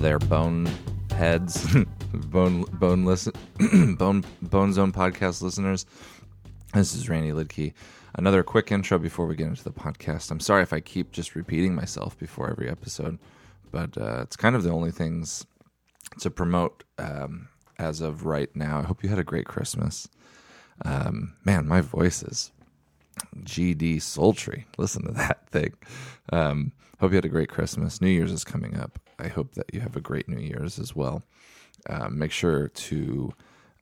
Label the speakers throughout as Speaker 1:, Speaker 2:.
Speaker 1: their bone heads, bone bone listen, bone bone zone podcast listeners. This is Randy Lidkey. Another quick intro before we get into the podcast. I'm sorry if I keep just repeating myself before every episode, but uh, it's kind of the only things to promote um, as of right now. I hope you had a great Christmas. Um, man, my voice is GD sultry. Listen to that thing. Um, hope you had a great Christmas. New Year's is coming up. I hope that you have a great New Year's as well. Uh, make sure to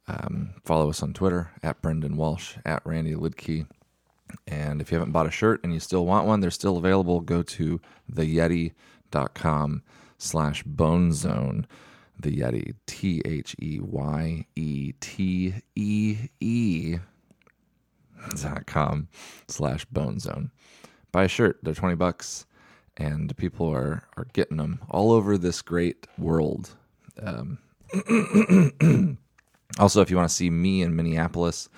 Speaker 1: um, follow us on Twitter at Brendan Walsh, at Randy Lidkey. And if you haven't bought a shirt and you still want one, they're still available. Go to theyeti.com slash bone zone. The Yeti, T H E Y E T E E dot com slash bone zone. Buy a shirt, they're 20 bucks, and people are, are getting them all over this great world. Um, also, if you want to see me in Minneapolis,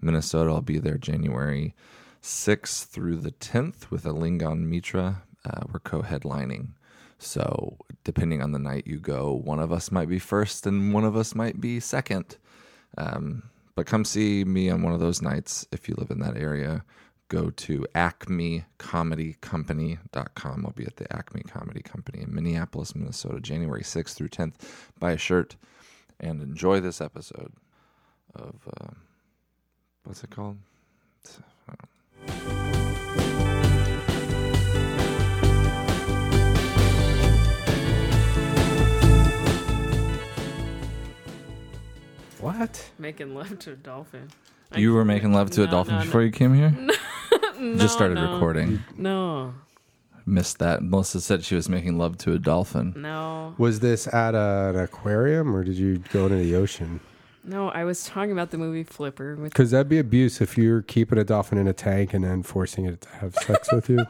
Speaker 1: Minnesota, I'll be there January 6th through the 10th with a Lingon Mitra. Uh, we're co headlining. So, depending on the night you go, one of us might be first and one of us might be second. Um, but come see me on one of those nights if you live in that area. Go to acmecomedycompany.com. I'll be at the Acme Comedy Company in Minneapolis, Minnesota, January 6th through 10th. Buy a shirt and enjoy this episode of uh, what's it called? It's- I don't know. What?
Speaker 2: Making love to a dolphin.
Speaker 1: You were making love to a
Speaker 2: No,
Speaker 1: dolphin
Speaker 2: no, no.
Speaker 1: before you came here?
Speaker 2: No,
Speaker 1: Just started
Speaker 2: no,
Speaker 1: recording.
Speaker 2: No,
Speaker 1: Missed that. Melissa said she was making love to a dolphin.
Speaker 2: no,
Speaker 3: Was this at a, an aquarium or did you go into the ocean?
Speaker 2: no. I was talking about the movie Flipper. With
Speaker 3: Because that'd be abuse if you're keeping a dolphin in a tank and then forcing it to have sex with you.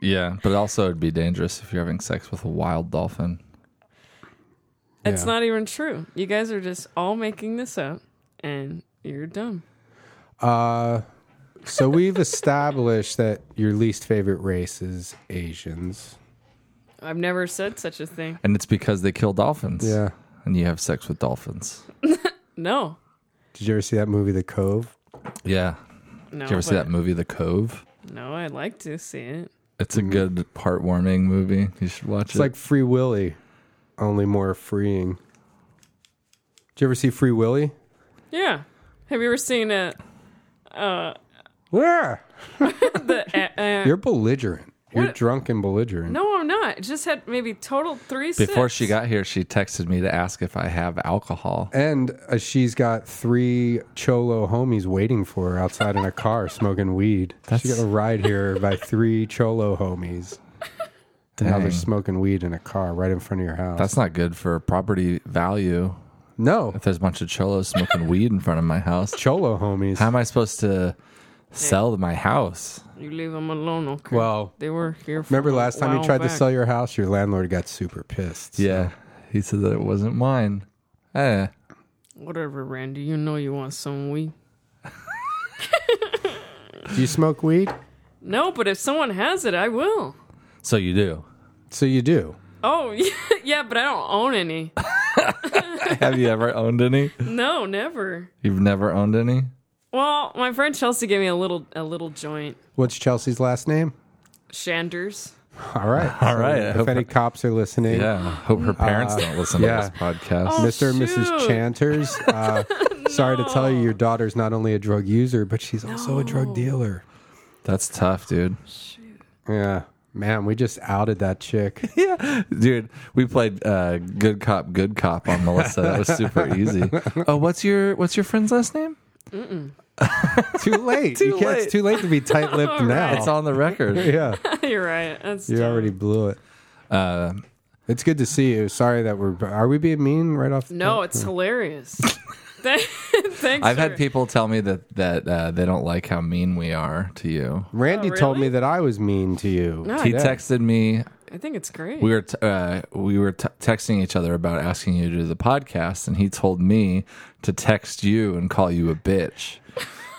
Speaker 1: Yeah, but also it'd be dangerous if you're having sex with a wild dolphin.
Speaker 2: it's
Speaker 3: Yeah.
Speaker 2: not even true. You guys are just all making this up, and you're dumb.
Speaker 3: Uh, so we've established that your least favorite race is Asians.
Speaker 2: I've never said such a thing.
Speaker 1: And it's because they kill dolphins.
Speaker 3: Yeah.
Speaker 1: And you have sex with dolphins.
Speaker 2: No,
Speaker 3: Did you ever see that movie, The Cove?
Speaker 1: Yeah.
Speaker 2: no.
Speaker 1: Did you ever see
Speaker 2: but-
Speaker 1: that movie, The Cove?
Speaker 2: No, I'd like to see it.
Speaker 1: It's a good heartwarming movie. You should watch
Speaker 3: It's
Speaker 1: it.
Speaker 3: like Free Willy, only more freeing. Did you ever see Free Willy?
Speaker 2: Yeah. Have you ever seen uh, a
Speaker 3: Yeah.
Speaker 2: the? a- a-
Speaker 3: You're belligerent. You're
Speaker 2: What-
Speaker 3: drunk and belligerent.
Speaker 2: no, I'm not. It just had maybe total three.
Speaker 1: Before
Speaker 2: sips.
Speaker 1: she got here, she texted me to ask if I have alcohol.
Speaker 3: And uh, she's got three cholo homies waiting for her outside in a car smoking weed. She
Speaker 1: That's-
Speaker 3: got a ride here by three cholo homies. And Now
Speaker 1: Dang.
Speaker 3: they're smoking weed in a car right in front of your house.
Speaker 1: That's not good for property value.
Speaker 3: no
Speaker 1: If there's a bunch of cholos smoking weed in front of my house,
Speaker 3: cholo homies.
Speaker 1: how am I supposed to sell my house?
Speaker 2: you leave them alone. Okay.
Speaker 3: Well,
Speaker 2: they were here. For
Speaker 3: remember
Speaker 2: a
Speaker 3: last time you
Speaker 2: while
Speaker 3: tried
Speaker 2: back.
Speaker 3: to sell your house, your landlord got super pissed.
Speaker 1: Yeah. He said that it wasn't mine. Eh.
Speaker 2: Whatever, Randy. You know you want some weed.
Speaker 3: Do you smoke weed?
Speaker 2: No, but if someone has it, I will.
Speaker 1: So you do.
Speaker 3: So you do.
Speaker 2: Oh, yeah, yeah, but I don't own any.
Speaker 1: Have you ever owned any?
Speaker 2: No, never.
Speaker 1: You've never owned any?
Speaker 2: Well, my friend Chelsea gave me a little a little joint.
Speaker 3: What's Chelsea's last name?
Speaker 2: Shanders.
Speaker 3: All right.
Speaker 1: All right, I
Speaker 3: If
Speaker 1: hope-
Speaker 3: any cops are listening,
Speaker 1: Yeah. Uh, Hope her parents don't listen
Speaker 3: yeah.
Speaker 1: to this podcast.
Speaker 3: Mr. and Mrs.
Speaker 2: shoot.
Speaker 3: Chanters. Uh, Sorry to tell you, your daughter's not only a drug user, but she's also a drug dealer.
Speaker 1: That's tough, dude.
Speaker 3: Yeah. Man, we just outed that chick.
Speaker 1: Yeah. Dude, we played uh, good cop, good cop on Melissa. That was super easy. Oh, what's your what's your friend's last name?
Speaker 3: too late.
Speaker 1: Too
Speaker 3: you can't,
Speaker 1: late.
Speaker 3: It's too late to be tight lipped now.
Speaker 1: It's on the record.
Speaker 3: yeah.
Speaker 2: You're right. That's
Speaker 3: You
Speaker 2: dumb.
Speaker 3: already blew it.
Speaker 1: Uh,
Speaker 3: It's good to see you. Sorry that we're. Are we being mean right off the
Speaker 2: No,
Speaker 3: top?
Speaker 2: it's hilarious. Th- Thanks.
Speaker 1: I've had
Speaker 2: for-
Speaker 1: people tell me that that uh, they don't like how mean we are to you.
Speaker 3: Randy
Speaker 2: Oh,
Speaker 3: told
Speaker 2: really?
Speaker 3: me that I was mean to you.
Speaker 2: No,
Speaker 1: He
Speaker 2: I,
Speaker 1: texted me.
Speaker 2: I think it's great.
Speaker 1: We were t- uh, we were t- texting each other about asking you to do the podcast, and he told me to text you and call you a bitch.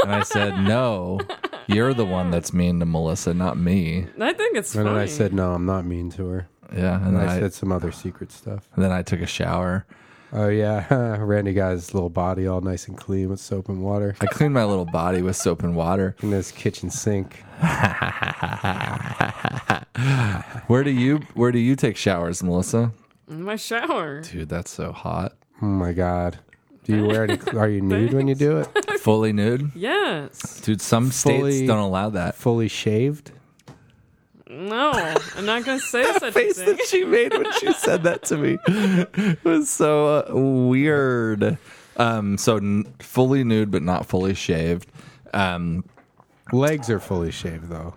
Speaker 1: And I said, "No, you're the one that's mean to Melissa, not me."
Speaker 2: I think it's
Speaker 3: And
Speaker 2: funny.
Speaker 3: then I said, no, I'm not mean to her.
Speaker 1: Yeah, and
Speaker 3: And
Speaker 1: then
Speaker 3: I
Speaker 1: I,
Speaker 3: said some other secret stuff.
Speaker 1: and then I took a shower.
Speaker 3: Oh yeah, Randy got his little body all nice and clean with soap and water
Speaker 1: I cleaned my little body with soap and water.
Speaker 3: in his kitchen sink.
Speaker 1: Where do you Where do you take showers, Melissa?
Speaker 2: In my shower.
Speaker 1: Dude, that's so hot.
Speaker 3: Oh my god. Do you wear any? Are you nude when you do it?
Speaker 1: Fully nude,
Speaker 2: Yes.
Speaker 1: dude. Some states
Speaker 3: Fully-
Speaker 1: don't allow that.
Speaker 3: Fully shaved?
Speaker 2: No, I'm not going to say such a
Speaker 1: Face
Speaker 2: thing.
Speaker 1: that she made when she said that to me it was so uh, weird. Um, so n- fully nude, but not fully shaved. Um,
Speaker 3: Legs are fully shaved though.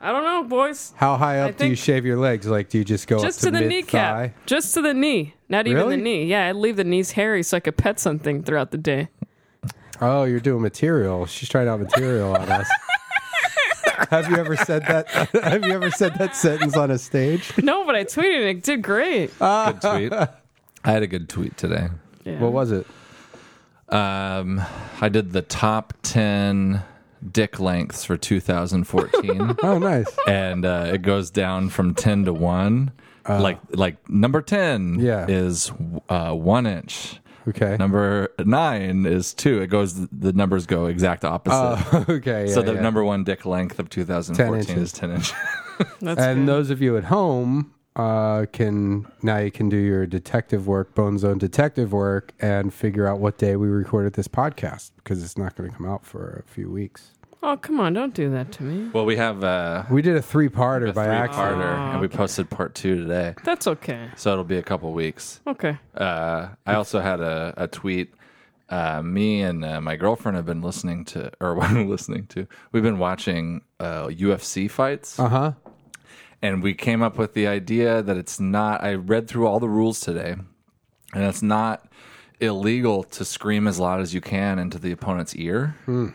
Speaker 2: I don't know, boys.
Speaker 3: How high up
Speaker 2: I
Speaker 3: do you
Speaker 2: think-
Speaker 3: shave your legs? Like, do you just go
Speaker 2: Just
Speaker 3: up to,
Speaker 2: to the
Speaker 3: mid-thigh?
Speaker 2: kneecap. Just to the knee. Not even
Speaker 3: Really?
Speaker 2: the knee. Yeah, I'd leave the knees hairy so I could pet something throughout the day.
Speaker 3: Oh, you're doing material. She's trying out material on us. Have you ever said that? Have you ever said that sentence on a stage?
Speaker 2: No, but I tweeted and it did great.
Speaker 1: good tweet. I had a good tweet today.
Speaker 2: Yeah.
Speaker 3: What was it?
Speaker 1: Um, I did the top ten dick lengths for 2014.
Speaker 3: Oh, nice.
Speaker 1: and uh, it goes down from 10 to 1 like like number 10
Speaker 3: Uh, Yeah.
Speaker 1: is uh, 1 inch
Speaker 3: Okay.
Speaker 1: number 9 is 2 it goes the numbers go exact opposite
Speaker 3: Oh, okay.
Speaker 1: so
Speaker 3: yeah,
Speaker 1: the
Speaker 3: yeah.
Speaker 1: number one dick length of 2014
Speaker 3: 10
Speaker 1: is 10 inches
Speaker 2: That's
Speaker 3: And
Speaker 2: good.
Speaker 3: those of you at home uh, can now you can do your detective work, Bone Zone detective work, and figure out what day we recorded this podcast because it's not going to come out for a few weeks.
Speaker 2: oh, come on. Don't do that to me.
Speaker 1: well we have uh,
Speaker 3: We did a three-parter
Speaker 1: a
Speaker 3: by accident.
Speaker 1: three-parter and we posted part 2 today
Speaker 2: That's okay.
Speaker 1: so it'll be a couple weeks
Speaker 2: Okay.
Speaker 1: uh, I also had a, a tweet. Uh, me and uh, my girlfriend have been listening to, or listening to, we've been watching uh, UFC fights.
Speaker 3: Uh huh.
Speaker 1: and we came up with the idea that it's not i read through all the rules today and it's not illegal to scream as loud as you can into the opponent's ear
Speaker 3: Hmm.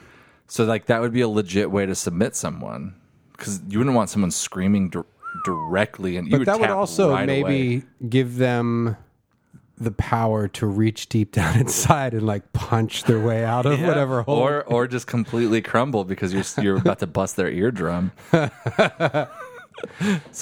Speaker 1: so like that would be a legit way to submit someone because you wouldn't want someone screaming dir- directly and you
Speaker 3: But
Speaker 1: would
Speaker 3: that would
Speaker 1: tap
Speaker 3: also
Speaker 1: right away.
Speaker 3: maybe give them the power to reach deep down inside and like punch their way out of
Speaker 1: Yeah.
Speaker 3: whatever hole.
Speaker 1: or or just completely crumble because you're you're about to bust their eardrum so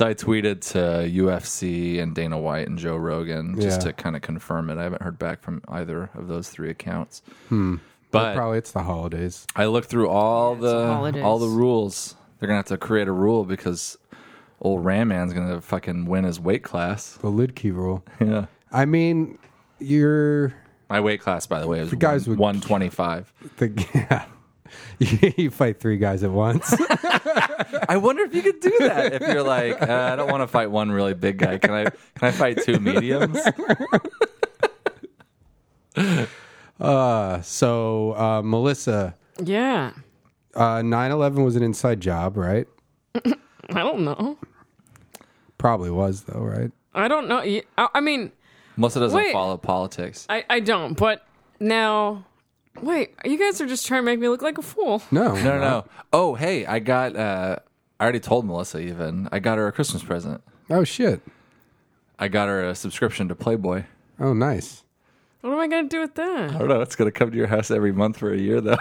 Speaker 1: i tweeted to ufc and dana white and joe rogan just
Speaker 3: Yeah.
Speaker 1: to kind of confirm it i haven't heard back from either of those three accounts but
Speaker 3: Hmm. Probably it's the holidays.
Speaker 1: i looked through all the
Speaker 2: holidays.
Speaker 1: all the rules they're gonna have to create a rule because old ram man's gonna fucking win his weight class
Speaker 3: The lid key rule.
Speaker 1: yeah
Speaker 3: I mean, you're
Speaker 1: my weight class by the way is
Speaker 3: guys
Speaker 1: one-
Speaker 3: would-
Speaker 1: 125
Speaker 3: the yeah. you fight three guys at once.
Speaker 1: I wonder if you could do that. If you're like, uh, I don't want to fight one really big guy. Can I? Can I fight two mediums?
Speaker 3: Uh, so uh, Melissa,
Speaker 2: Yeah.
Speaker 3: uh, 9/11 was an inside job, right?
Speaker 2: I don't know.
Speaker 3: Probably was though, right?
Speaker 2: I don't know. Y- I I mean,
Speaker 1: Melissa doesn't
Speaker 2: Wait.
Speaker 1: follow politics.
Speaker 2: I, I don't, but now. Wait, you guys are just trying to make me look like a fool.
Speaker 3: No,
Speaker 1: No, no, no. Oh, hey, I got. Uh, I already told Melissa. Even I got her a Christmas present.
Speaker 3: Oh shit!
Speaker 1: I got her a subscription to Playboy.
Speaker 3: Oh nice.
Speaker 2: What am I going to do with
Speaker 1: I
Speaker 2: that?
Speaker 1: don't know. It's gonna come to your house every month for a year, though.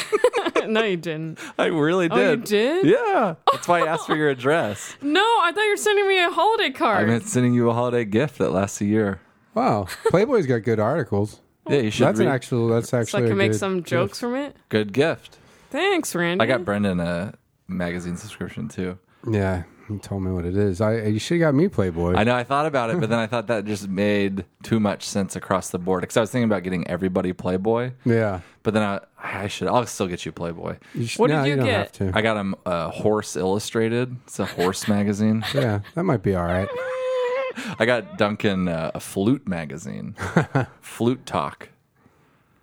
Speaker 2: no, you didn't.
Speaker 1: I really did.
Speaker 2: Oh, you did?
Speaker 1: Yeah. That's why I asked for your address.
Speaker 2: No, I thought you were sending me a holiday
Speaker 1: I've
Speaker 2: card.
Speaker 1: been sending you a holiday gift that lasts a year.
Speaker 3: Wow, Playboy's got good articles.
Speaker 1: Yeah, you should
Speaker 3: That's an
Speaker 1: read.
Speaker 3: actual. That's
Speaker 2: so
Speaker 3: actually.
Speaker 2: I
Speaker 3: a
Speaker 2: can make
Speaker 3: good
Speaker 2: some
Speaker 3: gift.
Speaker 2: jokes from it.
Speaker 1: good gift.
Speaker 2: Thanks, Randy.
Speaker 1: I got Brendan a magazine subscription too.
Speaker 3: Yeah, you told me what it is. I you should have got me Playboy.
Speaker 1: I know I thought about it, but then I thought that just made too much sense across the board. Because I was thinking about getting everybody Playboy,
Speaker 3: yeah,
Speaker 1: but then I, I should. I'll still get you Playboy.
Speaker 3: you should,
Speaker 2: What did
Speaker 3: no,
Speaker 2: you
Speaker 3: don't
Speaker 2: get?
Speaker 3: have to.
Speaker 1: I got him uh, Horse Illustrated. It's a horse magazine.
Speaker 3: yeah, that might be all right.
Speaker 1: I got Duncan uh, a flute magazine, Flute Talk.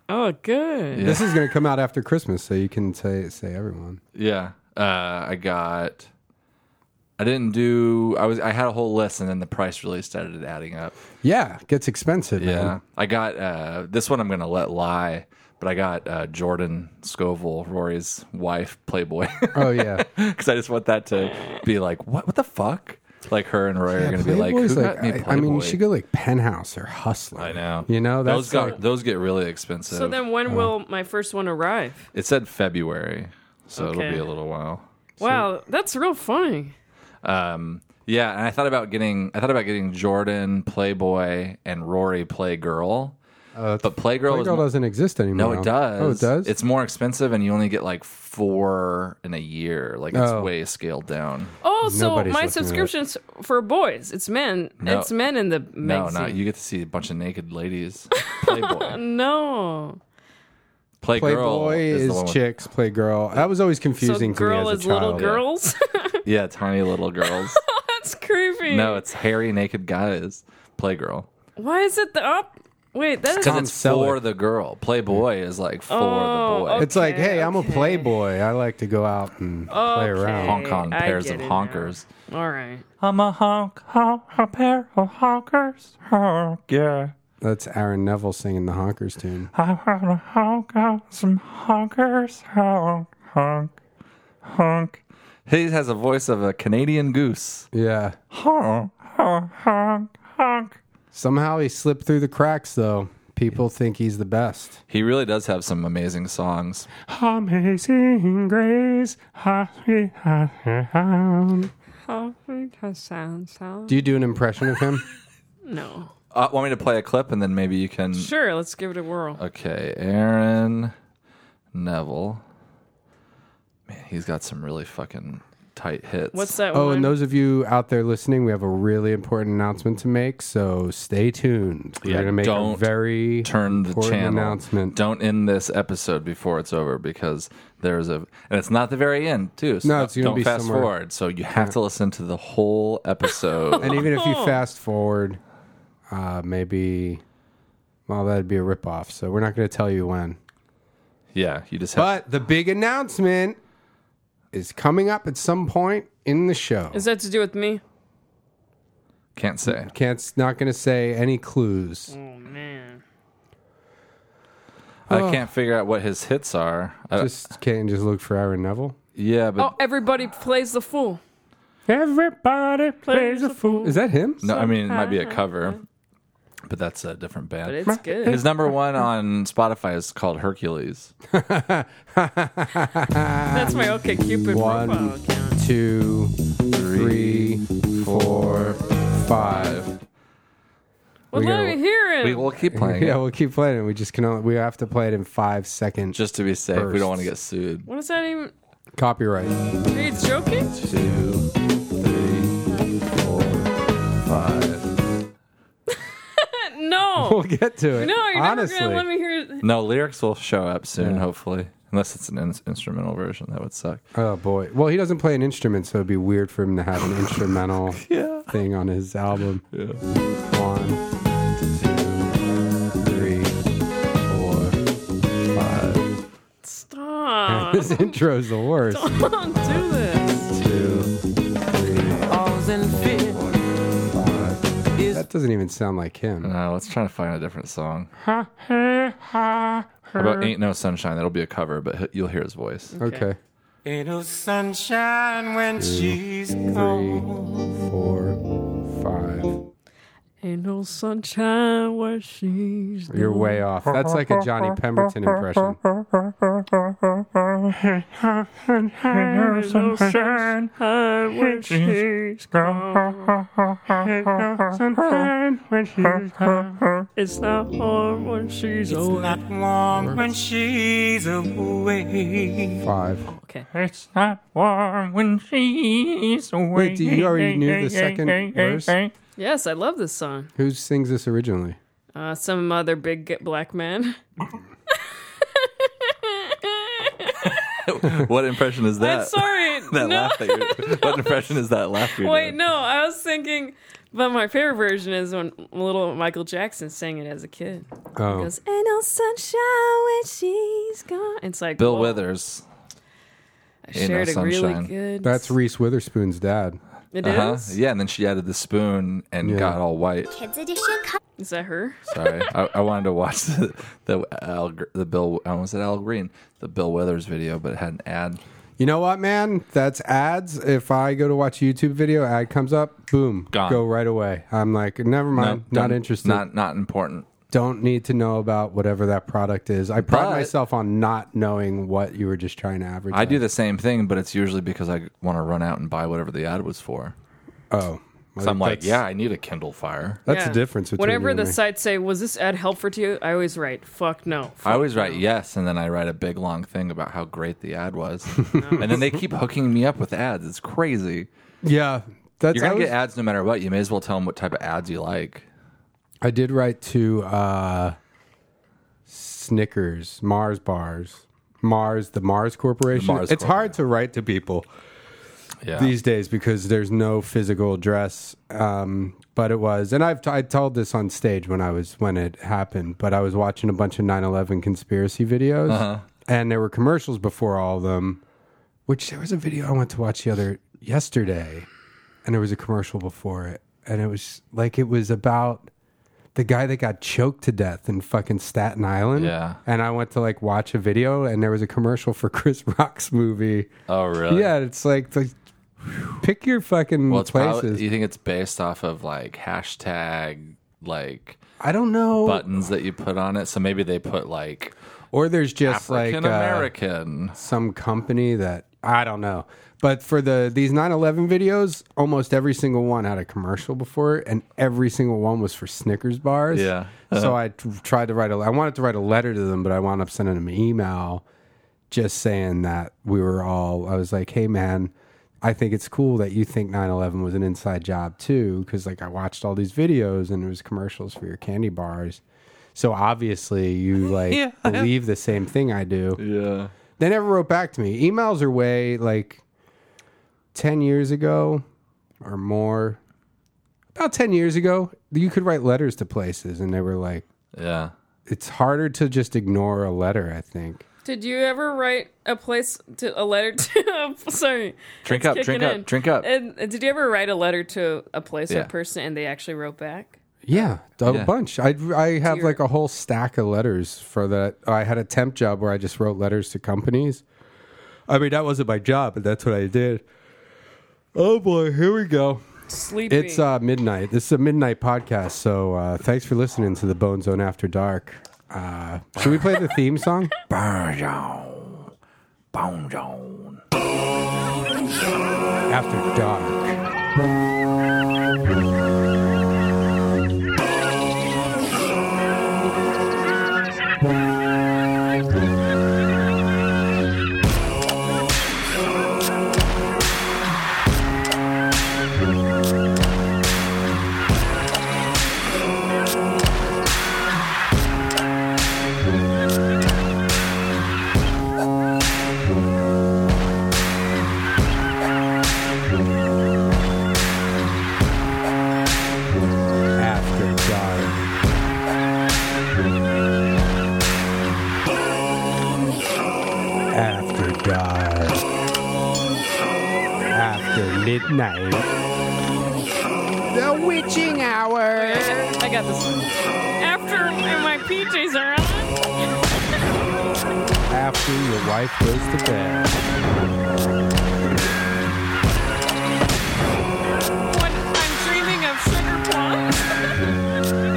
Speaker 2: Oh, good.
Speaker 3: This is going to come out after Christmas, so you can say say everyone.
Speaker 1: Yeah, uh, I got. I didn't do. I was. I had a whole list, and then the price really started adding up.
Speaker 3: Yeah, gets expensive. man.
Speaker 1: Yeah, I got uh, this one. I'm gonna let lie, but I got uh, Jordan Scoville, Rory's wife, Playboy,
Speaker 3: Oh yeah.
Speaker 1: because I just want that to be like, what? What the fuck? Like her and Rory are gonna be like, who
Speaker 3: Playboy's
Speaker 1: got me
Speaker 3: I, I mean, you
Speaker 1: Playboy?"
Speaker 3: should go like Penthouse or Hustler.
Speaker 1: I know.
Speaker 3: You know,
Speaker 1: those
Speaker 3: that's
Speaker 1: got
Speaker 3: like-
Speaker 1: those get really expensive.
Speaker 2: So then when will my first one arrive?
Speaker 1: it said February, so it'll
Speaker 2: Okay.
Speaker 1: be a little while.
Speaker 2: Wow, that's real funny.
Speaker 1: Um, Yeah, and I thought about getting I thought about getting Jordan Playboy and Rory Playgirl.
Speaker 3: Uh,
Speaker 1: But Playgirl,
Speaker 3: Playgirl
Speaker 1: is
Speaker 3: doesn't exist
Speaker 1: no,
Speaker 3: anymore.
Speaker 1: it does.
Speaker 3: Oh, it does.
Speaker 1: It's more expensive, and you only get like four in a year. Like it's
Speaker 3: Oh.
Speaker 1: way scaled down.
Speaker 2: Oh, so
Speaker 3: Nobody's
Speaker 2: my
Speaker 3: looking at it.
Speaker 2: subscription's for boys. It's men.
Speaker 1: No.
Speaker 2: It's men in the magazine.
Speaker 1: No, no, you get to see a bunch of naked ladies. Playboy,
Speaker 2: No.
Speaker 1: Playgirl
Speaker 3: Playboy
Speaker 1: is,
Speaker 3: is,
Speaker 1: the one with-
Speaker 3: chicks. Playgirl. That was always confusing
Speaker 2: so girl
Speaker 3: to me as
Speaker 2: is
Speaker 3: a child.
Speaker 2: little girls. Oh,
Speaker 1: yeah, tiny little girls.
Speaker 2: That's creepy.
Speaker 1: no, it's hairy naked guys. Playgirl
Speaker 2: Why is it the up? Wait, that is
Speaker 1: because
Speaker 3: Tom
Speaker 1: it's for
Speaker 3: Selleck.
Speaker 1: the girl. Playboy is like for
Speaker 2: Oh,
Speaker 1: the boy.
Speaker 2: okay.
Speaker 3: It's like, hey, I'm a
Speaker 2: okay.
Speaker 3: playboy. I like to go out and play around.
Speaker 1: Hong Kong
Speaker 2: I
Speaker 1: pairs
Speaker 2: get
Speaker 1: of
Speaker 2: it
Speaker 1: honkers.
Speaker 2: now. All right.
Speaker 1: I'm a honk, honk, a pair of honkers. Honk, yeah.
Speaker 3: That's Aaron Neville singing the Honkers tune.
Speaker 1: I wanna honk out some honkers. Honk, honk, honk. He has a voice of a Canadian goose.
Speaker 3: Yeah.
Speaker 1: Honk, honk, honk, honk.
Speaker 3: Somehow he slipped through the cracks, though. People think he's the best.
Speaker 1: He really does have some amazing songs.
Speaker 3: Amazing grace. Do
Speaker 2: Oh, that sounds sound.
Speaker 3: you do an impression of him?
Speaker 2: No.
Speaker 1: Uh, want me to play a clip and then maybe you can.
Speaker 2: Sure, let's give it a whirl.
Speaker 1: Okay, Aaron Neville. Man, he's got some really fucking tight hits.
Speaker 2: What's that
Speaker 3: Oh,
Speaker 2: one?
Speaker 3: and those of you out there listening, we have a really important announcement to make, so stay tuned. We're
Speaker 1: Yeah,
Speaker 3: going to make a
Speaker 1: don't
Speaker 3: very
Speaker 1: turn the
Speaker 3: important
Speaker 1: channel.
Speaker 3: announcement.
Speaker 1: Don't end this episode before it's over because there's a and it's not the very end too. So
Speaker 3: No, it's gonna
Speaker 1: don't
Speaker 3: be
Speaker 1: fast
Speaker 3: somewhere.
Speaker 1: forward. So you have to listen to the whole episode.
Speaker 3: And even if you
Speaker 1: Oh.
Speaker 3: fast forward, uh, maybe, well, that'd be a ripoff. So we're not going to tell you when.
Speaker 1: yeah, you just have.
Speaker 3: But the big announcement is coming up at some point in the show.
Speaker 2: Is that to do with me?
Speaker 1: can't say.
Speaker 3: Can't not going to say any clues.
Speaker 2: Oh man.
Speaker 1: I can't figure out what his hits are. I-
Speaker 3: Just can't just look for Aaron Neville.
Speaker 1: yeah, but
Speaker 2: Oh, everybody plays the fool.
Speaker 3: Everybody
Speaker 2: plays a fool.
Speaker 3: Is that him?
Speaker 1: no, I mean it might be a cover, but that's a different
Speaker 2: But
Speaker 1: band.
Speaker 2: it's good.
Speaker 1: His number one on Spotify is called Hercules.
Speaker 2: That's my OK Cupid
Speaker 3: One.
Speaker 2: profile account.
Speaker 3: Two, three, four, five.
Speaker 2: Well,
Speaker 3: We
Speaker 2: let
Speaker 3: gotta-
Speaker 2: me hear
Speaker 1: We
Speaker 2: it.
Speaker 1: will keep playing
Speaker 3: Yeah,
Speaker 1: it
Speaker 3: we'll keep playing it. We just can only, we have to play it in five seconds.
Speaker 1: just to be safe. We don't want to get
Speaker 3: Bursts.
Speaker 1: sued.
Speaker 2: What is that even?
Speaker 3: Copyright.
Speaker 2: Are you joking?
Speaker 1: Two, three, four, five.
Speaker 2: No.
Speaker 3: We'll get to it.
Speaker 2: No, you're
Speaker 3: honestly.
Speaker 2: never gonna let me hear it.
Speaker 1: No, lyrics will show up soon,
Speaker 3: Yeah.
Speaker 1: hopefully. Unless it's an in- instrumental version, that would suck.
Speaker 3: Oh boy. Well, he doesn't play an instrument, so it'd be weird for him to have an instrumental
Speaker 1: Yeah.
Speaker 3: thing on his album.
Speaker 1: Yeah.
Speaker 3: One, two, three, four.
Speaker 2: Stop.
Speaker 3: His intro's the worst.
Speaker 2: Don't do this.
Speaker 3: Two, three. That doesn't even sound like him.
Speaker 1: No, Uh, let's try to find a different song. How about Ain't No Sunshine? That'll be a cover, but he- you'll hear his voice.
Speaker 3: Okay.
Speaker 4: Ain't no sunshine when she's
Speaker 3: Three,
Speaker 4: gone.
Speaker 3: four, five.
Speaker 2: Ain't no sunshine where she's.
Speaker 3: You're way off. That's like a Johnny Pemberton impression.
Speaker 2: Ain't no sunshine where she's gone. It's not warm when she's old.
Speaker 4: Not warm when she's away.
Speaker 3: Five.
Speaker 2: Okay.
Speaker 5: It's not warm when she's away.
Speaker 3: Wait, do you already knew the second verse?
Speaker 2: Yes, I love this song.
Speaker 3: Who sings this originally?
Speaker 2: Uh, some other big g- black man.
Speaker 1: what impression is that?
Speaker 2: I'm sorry.
Speaker 1: That
Speaker 2: no.
Speaker 1: laugh that you're, What impression is that laugh you're
Speaker 2: Wait,
Speaker 1: doing?
Speaker 2: no. I was thinking, but my favorite version is when little Michael Jackson sang it as a kid. He
Speaker 3: Oh.
Speaker 2: goes, "Ain't no sunshine when she's gone." It's like
Speaker 1: Bill
Speaker 2: whoa,
Speaker 1: Withers. Ain't
Speaker 2: I
Speaker 1: No
Speaker 2: shared a really
Speaker 1: Sunshine.
Speaker 2: good.
Speaker 3: That's Reese Witherspoon's dad.
Speaker 2: It is.
Speaker 1: Uh-huh. Yeah, and then she added the spoon and
Speaker 3: Yeah.
Speaker 1: got all white.
Speaker 6: Kids Edition
Speaker 2: Is that her?
Speaker 1: Sorry, I, I wanted to watch the the, Al, Gr- the Bill. I almost said Al Green, the Bill Weathers video, but it had an ad.
Speaker 3: You know what, man? That's ads. If I go to watch a YouTube video, ad comes up, boom,
Speaker 1: Gone.
Speaker 3: go right away. I'm like, never mind,
Speaker 1: No,
Speaker 3: Uh, not
Speaker 1: don't-
Speaker 3: interested.
Speaker 1: Not not important.
Speaker 3: Don't need to know about whatever that product is. I pride
Speaker 1: But-
Speaker 3: myself on not knowing what you were just trying to advertise.
Speaker 1: I do the same thing, but it's usually because I want to run out and buy whatever the ad was for.
Speaker 3: Oh, well,
Speaker 1: 'Cause I'm like,
Speaker 3: that's-
Speaker 1: yeah, I need a Kindle Fire.
Speaker 3: That's
Speaker 2: Yeah.
Speaker 3: the difference between
Speaker 2: Whenever
Speaker 3: you and
Speaker 2: the
Speaker 3: me.
Speaker 2: sites say, "Was this ad helpful to you?" I always write, "Fuck no."
Speaker 1: I
Speaker 2: Fuck
Speaker 1: always write
Speaker 2: no."
Speaker 1: yes, and then I write a big long thing about how great the ad was, and then they keep hooking me up with ads. It's crazy.
Speaker 3: Yeah, that's
Speaker 1: You're gonna
Speaker 3: I, was-
Speaker 1: get ads no matter what. You may as well tell them what type of ads you like.
Speaker 3: I did write to uh, Snickers, Mars bars, Mars, the Mars Corporation.
Speaker 1: Mars
Speaker 3: it's hard to write to people
Speaker 1: Yeah,
Speaker 3: these days because there's no physical address. Um, but it was, and I've t- I told this on stage when I was when it happened. But I was watching a bunch of 9/11 conspiracy videos,
Speaker 1: Uh-huh.
Speaker 3: and there were commercials before all of them. Which there was a video I went to watch the other yesterday, and there was a commercial before it, and it was like it was about the guy that got choked to death in fucking Staten Island.
Speaker 1: Yeah.
Speaker 3: and I went to like watch a video, and there was a commercial for Chris Rock's movie.
Speaker 1: Oh really?
Speaker 3: Yeah, it's like, it's like pick your fucking
Speaker 1: Well, it's
Speaker 3: places.
Speaker 1: probably. e- You think it's based off of like hashtag like
Speaker 3: I don't know.
Speaker 1: buttons that you put on it? So maybe they put like
Speaker 3: or there's just like
Speaker 1: African
Speaker 3: uh,
Speaker 1: American.
Speaker 3: some company that I don't know. But for the these 9/11 videos, almost every single one had a commercial before it, and every single one was for Snickers bars.
Speaker 1: Yeah.
Speaker 3: so I t- tried to write a. I wanted to write a letter to them, but I wound up sending them an email, just saying that we were all. I was like, "Hey, man, I think it's cool that you think 9/11 was an inside job too, because like I watched all these videos and it was commercials for your candy bars." So obviously you like believe the same thing I do.
Speaker 1: yeah.
Speaker 3: They never wrote back to me. Emails are way like 10 years ago or more. About 10 years ago, you could write letters to places and they were like,
Speaker 1: Yeah.
Speaker 3: it's harder to just ignore a letter, I think.
Speaker 2: Did you ever write a place to a letter to? sorry.
Speaker 1: Drink
Speaker 2: it's
Speaker 1: up,
Speaker 2: kicking
Speaker 1: drink up,
Speaker 2: in.
Speaker 1: drink up.
Speaker 2: And and did you ever write a letter to a place
Speaker 1: Yeah.
Speaker 2: or person and they actually wrote back?
Speaker 3: Yeah, a
Speaker 1: Yeah.
Speaker 3: bunch. I, I have
Speaker 2: Dear.
Speaker 3: like a whole stack of letters for that. I had a temp job where I just wrote letters to companies. I mean, that wasn't my job, but that's what I did. Oh boy, here we go.
Speaker 2: Sleepy.
Speaker 3: It's uh, midnight. This is a midnight podcast, so uh, thanks for listening to the Bone Zone After Dark. Uh, should we play the theme song?
Speaker 1: Bonjour. Bonjour.
Speaker 3: After Dark. After Dark. After Dark. After Midnight. The Witching Hour.
Speaker 2: I got this one. After my PJs are on.
Speaker 3: After your wife goes to bed.
Speaker 2: When I'm dreaming of sugar plums.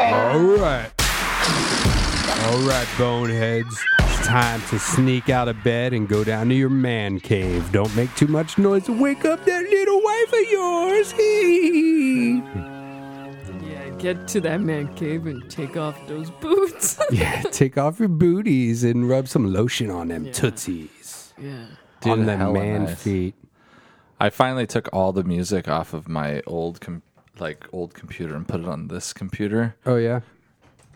Speaker 3: All right. All right, boneheads. It's time to sneak out of bed and go down to your man cave. Don't make too much noise to wake up that little wife of yours.
Speaker 2: Yeah, get to that man cave and take off those boots.
Speaker 3: yeah, take off your booties and rub some lotion on them tootsies.
Speaker 2: yeah.
Speaker 1: Dude,
Speaker 3: on the
Speaker 1: hella
Speaker 3: man
Speaker 1: nice.
Speaker 3: feet.
Speaker 1: I finally took all the music off of my old com- like old computer and put it on this computer.
Speaker 3: Oh, yeah.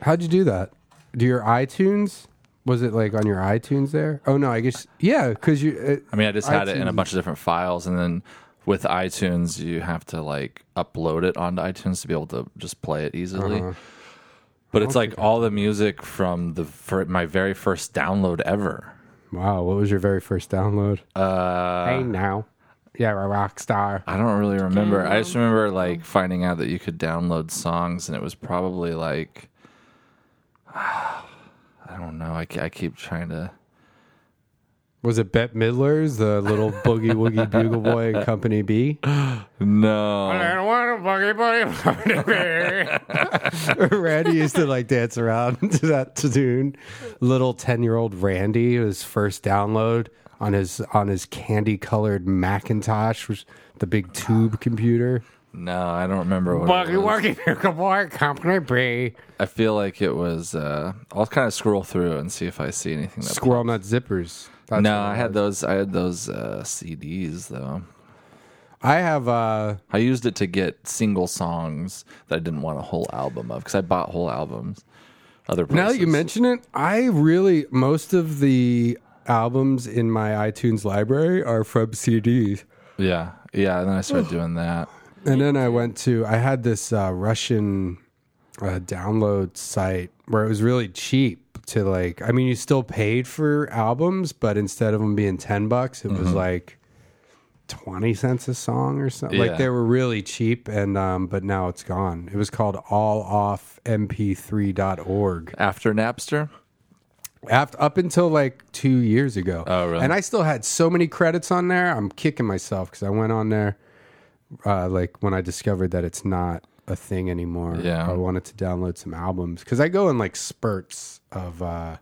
Speaker 3: How'd you do that? Do your iTunes? Was it like on your iTunes there? Oh, no, I guess. Yeah, because you. uh, It,
Speaker 1: I mean, I just had it in a
Speaker 3: iTunes.
Speaker 1: bunch of different files, and then with iTunes, you have to like upload it onto iTunes to be able to just play it easily.
Speaker 3: Uh-huh.
Speaker 1: But it's like all the music from the fir- my very first download ever.
Speaker 3: Wow, what was your very first download?
Speaker 1: Uh,
Speaker 3: hey, now. Yeah, a rock star.
Speaker 1: I don't really remember. I just remember like finding out that you could download songs, and it was probably like I don't know. I, ke- I keep trying to
Speaker 3: Was it Bette Midler's, the little boogie woogie bugle boy in Company B?
Speaker 1: No.
Speaker 3: Randy used to like dance around to that tune. Little ten year old Randy, his first download on his on his candy colored Macintosh, was the big tube computer.
Speaker 1: No, I don't remember what it was.
Speaker 3: Company B.
Speaker 1: I feel like it was uh I'll kind of scroll through and see if I see anything that
Speaker 3: Squirrel nut zippers. That's
Speaker 1: No,
Speaker 3: what it
Speaker 1: I had
Speaker 3: was.
Speaker 1: those I had those uh CDs though.
Speaker 3: I have uh
Speaker 1: I used it to get single songs that I didn't want a whole album of because I bought whole albums. Other places.
Speaker 3: Now that you mention it, I really most of the albums in my iTunes library are from CDs.
Speaker 1: yeah, yeah, and then I started doing that.
Speaker 3: And then I went to I had this uh, Russian uh, download site where it was really cheap to like. I mean, you still paid for albums, but instead of them being ten bucks, it
Speaker 1: Mm-hmm.
Speaker 3: was like twenty cents a song or something.
Speaker 1: Yeah.
Speaker 3: Like they were really cheap, and um, but now it's gone. It was called alloffmp3.org.
Speaker 1: After Napster,
Speaker 3: After, up until like two years ago.
Speaker 1: Oh, really?
Speaker 3: And I still had so many credits on there. I'm kicking myself because I went on there uh, like when I discovered that it's not a thing anymore.
Speaker 1: Yeah.
Speaker 3: I wanted to download some albums because I go in like spurts of, uh,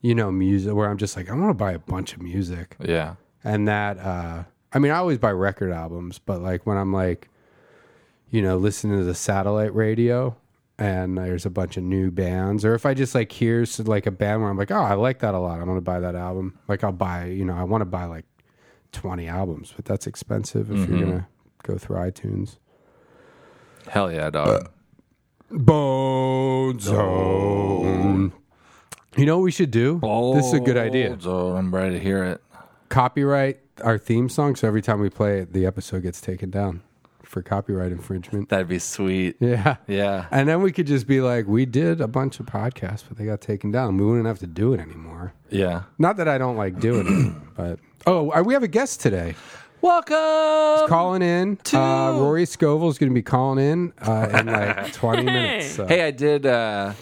Speaker 3: you know, music where I'm just like, I want to buy a bunch of music
Speaker 1: yeah,
Speaker 3: and that uh i mean i always buy record albums but like when i'm like you know listening to the satellite radio and there's a bunch of new bands or if i just like hear s- like a band where i'm like oh i like that a lot i'm gonna buy that album like i'll buy you know i want to buy like 20 albums but that's expensive if you're gonna go through itunes
Speaker 1: hell yeah, dog.
Speaker 3: bone zone you know what we should do this is a good idea
Speaker 1: So I'm ready to hear it.
Speaker 3: copyright our theme song, so every time we play it, the episode gets taken down for copyright infringement.
Speaker 1: That'd be sweet.
Speaker 3: Yeah.
Speaker 1: Yeah,
Speaker 3: And then we could just be like, we did a bunch of podcasts, but they got taken down. We wouldn't have to do it anymore.
Speaker 1: yeah.
Speaker 3: Not that I don't like doing it, but oh, I- we have a guest today
Speaker 2: Oh,
Speaker 1: Welcome.
Speaker 3: calling in. Uh, Rory Scovel is going to be calling in uh, in like 20 minutes. so-
Speaker 1: Hey, I did. uh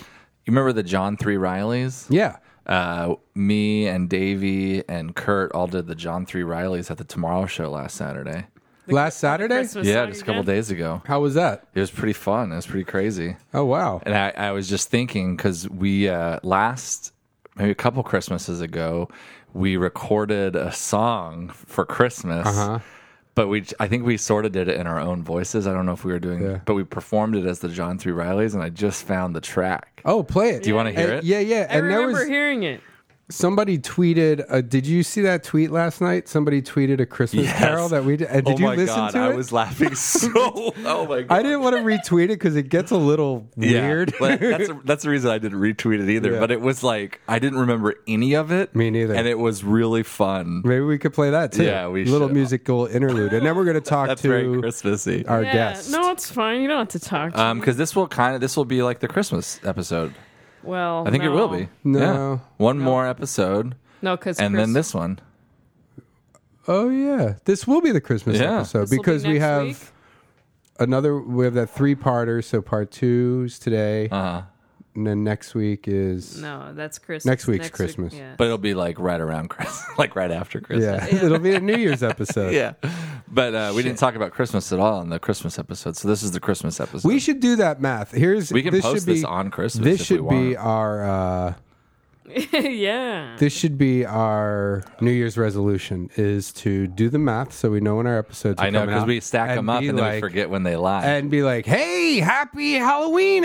Speaker 1: You remember the John Three Rileys?
Speaker 3: Yeah.
Speaker 1: Uh, me and Davey and Kurt all did the John Three Rileys at the Tomorrow Show last Saturday.
Speaker 3: Last Saturday?
Speaker 2: Christmas
Speaker 1: yeah,
Speaker 2: song
Speaker 1: just a
Speaker 2: you
Speaker 1: couple
Speaker 2: did?
Speaker 1: days ago.
Speaker 3: How was that?
Speaker 1: It was pretty fun. It was pretty crazy.
Speaker 3: Oh, wow.
Speaker 1: And I, I was just thinking because we uh, last maybe a couple Christmases ago we recorded a song for Christmas, but we I think we sort of did it in our own voices. I don't know if we were doing,
Speaker 3: Yeah.
Speaker 1: but we performed it as the John Three Rileys, and I just found the track.
Speaker 3: Oh, play it. Do
Speaker 1: you wanna hear it?
Speaker 3: Yeah, yeah.
Speaker 2: I remember hearing it.
Speaker 3: somebody tweeted. Uh, did you see that tweet last night? Somebody tweeted a Christmas
Speaker 1: Yes.
Speaker 3: Carol that we uh, did. And did
Speaker 1: oh
Speaker 3: you
Speaker 1: my
Speaker 3: listen
Speaker 1: god,
Speaker 3: to
Speaker 1: I
Speaker 3: it?
Speaker 1: was laughing so. oh my god.
Speaker 3: I didn't want to retweet it because it gets a little
Speaker 1: Yeah.
Speaker 3: weird.
Speaker 1: But that's a, that's the reason I didn't retweet it either.
Speaker 3: Yeah.
Speaker 1: But it was like I didn't remember any of it.
Speaker 3: Me neither.
Speaker 1: And it was really fun.
Speaker 3: Maybe we could play that too.
Speaker 1: Yeah, we
Speaker 3: little
Speaker 1: should.
Speaker 3: musical interlude, and then we're going to talk
Speaker 1: That's very
Speaker 3: to
Speaker 1: Christmassy.
Speaker 3: our
Speaker 2: yeah,
Speaker 3: guest.
Speaker 2: no, it's fine. You don't have to talk. To
Speaker 1: Um, because this will kind of this will be like the Christmas episode.
Speaker 2: well,
Speaker 1: I think it
Speaker 2: no.
Speaker 1: will be.
Speaker 3: No.
Speaker 1: Yeah. one more episode,
Speaker 2: No, because
Speaker 1: and then this one.
Speaker 3: Oh yeah, this will be the Christmas
Speaker 1: Yeah.
Speaker 3: episode
Speaker 2: This will be
Speaker 3: because we
Speaker 2: next
Speaker 3: have
Speaker 2: week.
Speaker 3: another. We have that three-parter. So part two's today,
Speaker 1: Uh,
Speaker 3: and then next week is
Speaker 2: No, that's Christmas.
Speaker 3: Next week's Christmas.
Speaker 2: yeah.
Speaker 1: but it'll be like right around Christmas, like right after Christmas.
Speaker 3: yeah. It'll be a New Year's episode.
Speaker 1: Yeah, but uh, we didn't talk about Christmas at all in the Christmas episode. So this is the Christmas episode.
Speaker 3: We should do that math. Here's
Speaker 1: We can
Speaker 3: this
Speaker 1: post
Speaker 3: should be,
Speaker 1: this on Christmas if
Speaker 3: This
Speaker 1: we
Speaker 3: should be
Speaker 1: want.
Speaker 3: our. Uh,
Speaker 2: yeah.
Speaker 3: This should be our New Year's resolution: is to do the math so we know when our episodes. Are
Speaker 1: I know
Speaker 3: coming
Speaker 1: because
Speaker 3: out
Speaker 1: we stack
Speaker 3: and
Speaker 1: them up
Speaker 3: be
Speaker 1: and then we
Speaker 3: like-
Speaker 1: forget when they lie.
Speaker 3: And be like, "Hey, happy Halloween,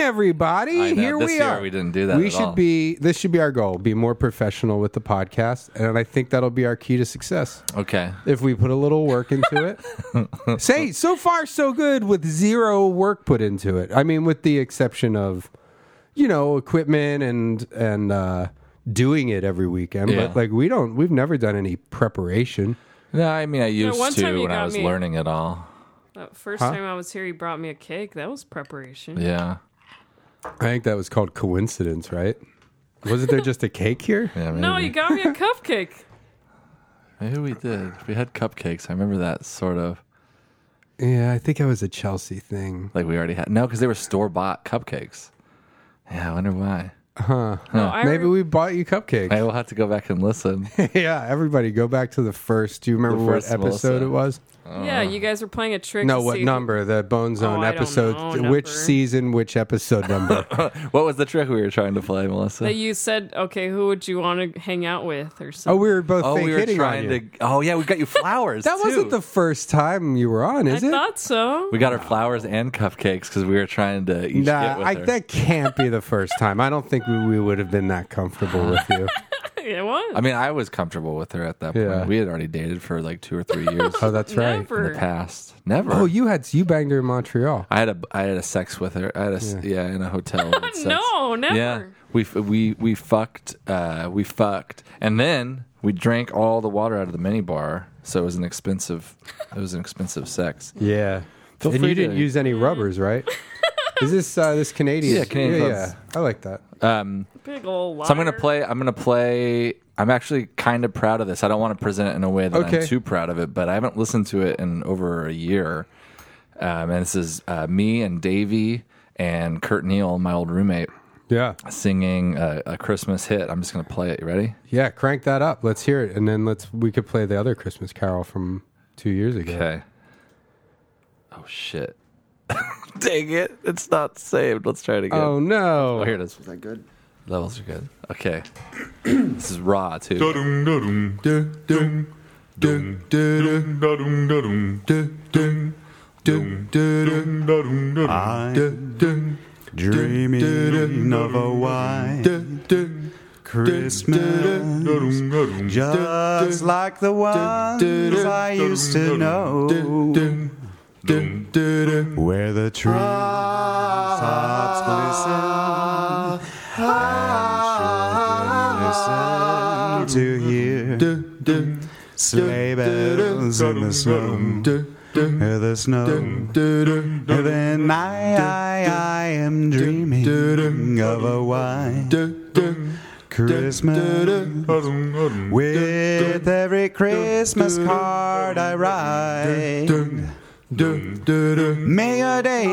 Speaker 3: everybody!
Speaker 1: I know.
Speaker 3: Here
Speaker 1: This
Speaker 3: we
Speaker 1: year
Speaker 3: are."
Speaker 1: we didn't do that
Speaker 3: We
Speaker 1: at
Speaker 3: should
Speaker 1: all.
Speaker 3: be. This should be our goal: be more professional with the podcast, and I think that'll be our key to success
Speaker 1: okay,
Speaker 3: if we put a little work into it. Say, so far so good with zero work put into it. I mean, with the exception of, you know, equipment and and uh, doing it every weekend.
Speaker 1: Yeah.
Speaker 3: But like, we don't. We've never done any preparation.
Speaker 1: no, I mean I used
Speaker 2: one
Speaker 1: to
Speaker 2: time you
Speaker 1: when I
Speaker 2: got
Speaker 1: was
Speaker 2: me-
Speaker 1: learning it all.
Speaker 2: That Uh, first time I was here, he brought me a cake. That was preparation.
Speaker 1: Yeah,
Speaker 3: I think that was called coincidence, right? Wasn't there just a cake here?
Speaker 1: yeah. Maybe.
Speaker 2: No, you got me a cupcake.
Speaker 1: maybe we did. We had cupcakes. I remember that sort of.
Speaker 3: Yeah, I think it was a Chelsea thing.
Speaker 1: Like we already had no, because they were store bought cupcakes. Yeah, I wonder why.
Speaker 2: No, I
Speaker 3: Maybe
Speaker 2: re-
Speaker 3: we bought you cupcakes.
Speaker 1: I will have to go back and listen.
Speaker 3: yeah, everybody, go back to the first. Do you remember what
Speaker 1: first Melissa.
Speaker 3: episode it was?
Speaker 2: yeah, you guys were playing a trick.
Speaker 3: No,
Speaker 2: to
Speaker 3: what
Speaker 2: see- Oh,
Speaker 3: number? The Bone Zone
Speaker 2: I don't
Speaker 3: episode.
Speaker 2: know,
Speaker 3: which
Speaker 2: number.
Speaker 3: season? Which episode number?
Speaker 1: what was the trick we were trying to play, Melissa?
Speaker 2: That you said, okay, who would you want to hang out with or
Speaker 3: oh,
Speaker 2: something?
Speaker 3: we were both
Speaker 1: oh,
Speaker 3: fake
Speaker 1: we were
Speaker 3: hitting on
Speaker 1: trying
Speaker 3: you.
Speaker 1: to. Oh, yeah, we got you flowers.
Speaker 3: That
Speaker 1: too.
Speaker 3: wasn't the first time you were on,
Speaker 2: I
Speaker 3: is it?
Speaker 2: thought so.
Speaker 1: We got her flowers and cupcakes because we were trying to each get
Speaker 3: Nah,
Speaker 1: with
Speaker 3: I,
Speaker 1: her.
Speaker 3: that can't be the first time. I don't think we, we would have been that comfortable with you.
Speaker 2: it was.
Speaker 1: I mean, I was comfortable with her at that point.
Speaker 3: Yeah.
Speaker 1: We had already dated for like two or three years
Speaker 3: Oh,
Speaker 1: in
Speaker 3: that's right.
Speaker 2: Never.
Speaker 1: the past. Never.
Speaker 3: Oh, you had you banged her in Montreal.
Speaker 1: I had a I had a sex with her. I had a s- yeah, in a hotel. we had sex.
Speaker 2: No, never.
Speaker 1: Yeah, we f- we we fucked. Uh, we fucked, and then we drank all the water out of the mini bar. So it was an expensive. It was an expensive sex.
Speaker 3: Yeah,
Speaker 1: Feel
Speaker 3: and
Speaker 1: free
Speaker 3: you didn't
Speaker 1: to-
Speaker 3: use any
Speaker 2: Mm-hmm.
Speaker 3: rubbers, right? is this uh, this Canadian?
Speaker 1: Yeah, Canadian
Speaker 3: Yeah,
Speaker 1: clubs.
Speaker 3: yeah. I like that.
Speaker 1: Um,
Speaker 2: Big old liar.
Speaker 1: so I'm gonna play. I'm gonna play. I'm actually kind of proud of this. I don't want to present it in a way that I'm
Speaker 3: Okay.
Speaker 1: too proud of it, but I haven't listened to it in over a year. Um, and this is uh, me and Davey and Kurt Neal, my old roommate,
Speaker 3: Yeah,
Speaker 1: singing a, a Christmas hit. I'm just gonna play it. You ready?
Speaker 3: yeah. Crank that up. Let's hear it, and then let's we could play the other Christmas Carol from two years ago.
Speaker 1: Okay. Oh shit. Dang it. It's not saved. Let's try it again.
Speaker 3: Oh no!
Speaker 1: Oh, here it is. Is that good? Levels are good. Okay. this is raw too.
Speaker 6: Dun dun dun dun dun dun dun dun dun dun dun dun dun dun I'm dreaming of a white Christmas just like the ones I used to know where the trees tops glisten and children listen to hear sleigh bells in the snow. Hear the snow. And then I, I, I am dreaming of a white Christmas. With every Christmas card I write. May your days, may your days, may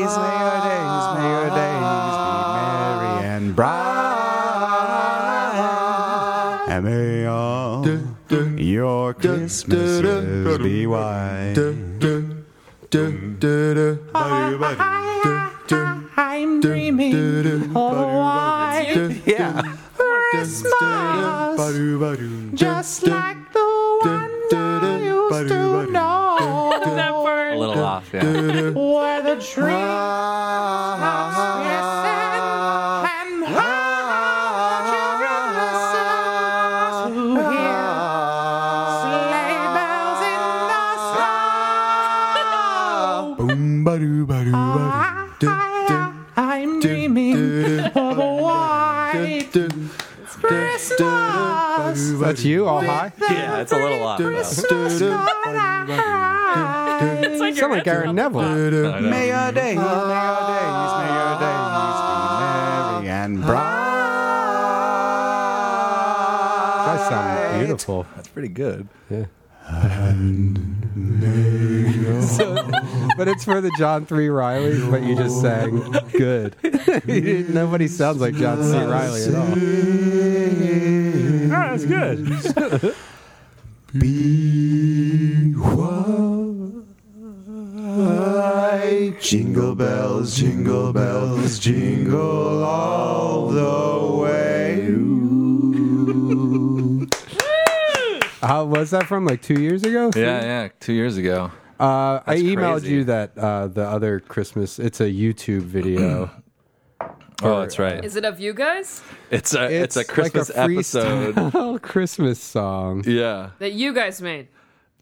Speaker 6: your days be merry and bright. And may all your Christmases be white.
Speaker 5: I'm dreaming of a white
Speaker 1: Yeah.
Speaker 5: Christmas, just like the ones I used to know,
Speaker 2: that part.
Speaker 1: A little off, yeah.
Speaker 5: where the trees listen and how the children listen to hear sleigh bells in the snow. I, I'm dreaming of a white Christmas.
Speaker 3: That's you, all high.
Speaker 1: Yeah, it's a little off. though.
Speaker 5: Christmas night.
Speaker 2: It's like
Speaker 3: Sound like Aaron Neville.
Speaker 6: May your days, may your days, may your days be merry and bright.
Speaker 3: That sounds beautiful.
Speaker 1: That's pretty good.
Speaker 3: But it's for the John Three Rileys. But you just sang good. Nobody sounds like John C. Riley at all.
Speaker 5: That's good.
Speaker 6: Be white. Jingle bells, jingle bells, jingle all the way.
Speaker 3: How was that from? Like two years ago?
Speaker 1: Yeah, yeah. Two years ago.
Speaker 3: Uh, I
Speaker 1: That's
Speaker 3: emailed
Speaker 1: crazy.
Speaker 3: you that uh, the other Christmas. It's a YouTube video.
Speaker 1: Oh, that's right.
Speaker 2: Is it of you guys?
Speaker 1: It's a it's, a
Speaker 3: like
Speaker 1: Christmas
Speaker 3: freestyle
Speaker 1: episode.
Speaker 3: Oh, Christmas song.
Speaker 1: Yeah.
Speaker 2: That you guys made.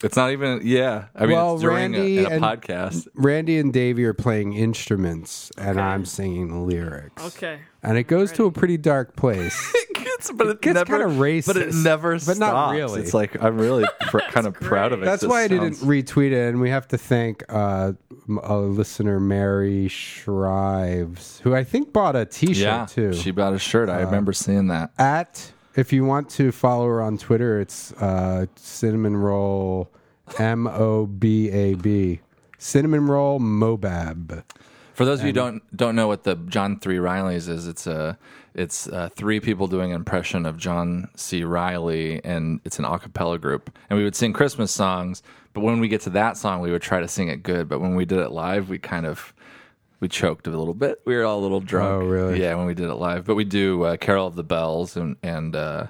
Speaker 1: It's not even yeah. I mean
Speaker 3: Well,
Speaker 1: it's during a,
Speaker 3: Randy
Speaker 1: in a
Speaker 3: and-
Speaker 1: podcast.
Speaker 3: Randy and Davey are playing instruments, and I'm singing the lyrics.
Speaker 2: Okay.
Speaker 3: And it goes to a pretty dark place.
Speaker 1: It gets, but it
Speaker 3: gets
Speaker 1: never-
Speaker 3: kinda racist,
Speaker 1: But it never
Speaker 3: but
Speaker 1: stops.
Speaker 3: not really.
Speaker 1: It's like I'm really pr- kind of proud of it.
Speaker 3: That's
Speaker 1: It
Speaker 3: why I didn't
Speaker 1: sounds-
Speaker 3: retweet it. And we have to thank uh, m- a listener, Mary Shrives, who I think bought a t shirt
Speaker 1: yeah,
Speaker 3: too. Uh,
Speaker 1: she bought a shirt. I remember seeing that.
Speaker 3: At, if you want to follow her on Twitter, it's uh, Cinnamon Roll M O B A B. Cinnamon Roll Mobab.
Speaker 1: For those of you who don't don't know what the John Three Rileys is, it's a it's uh, three people doing an impression of John C. Riley, and it's an a cappella group. And we would sing Christmas songs, but when we get to that song, we would try to sing it good. But when we did it live, we kind of we choked a little bit. We were all a little drunk.
Speaker 3: Oh, really?
Speaker 1: Yeah, when we did it live. But we do uh, Carol of the Bells, and and uh,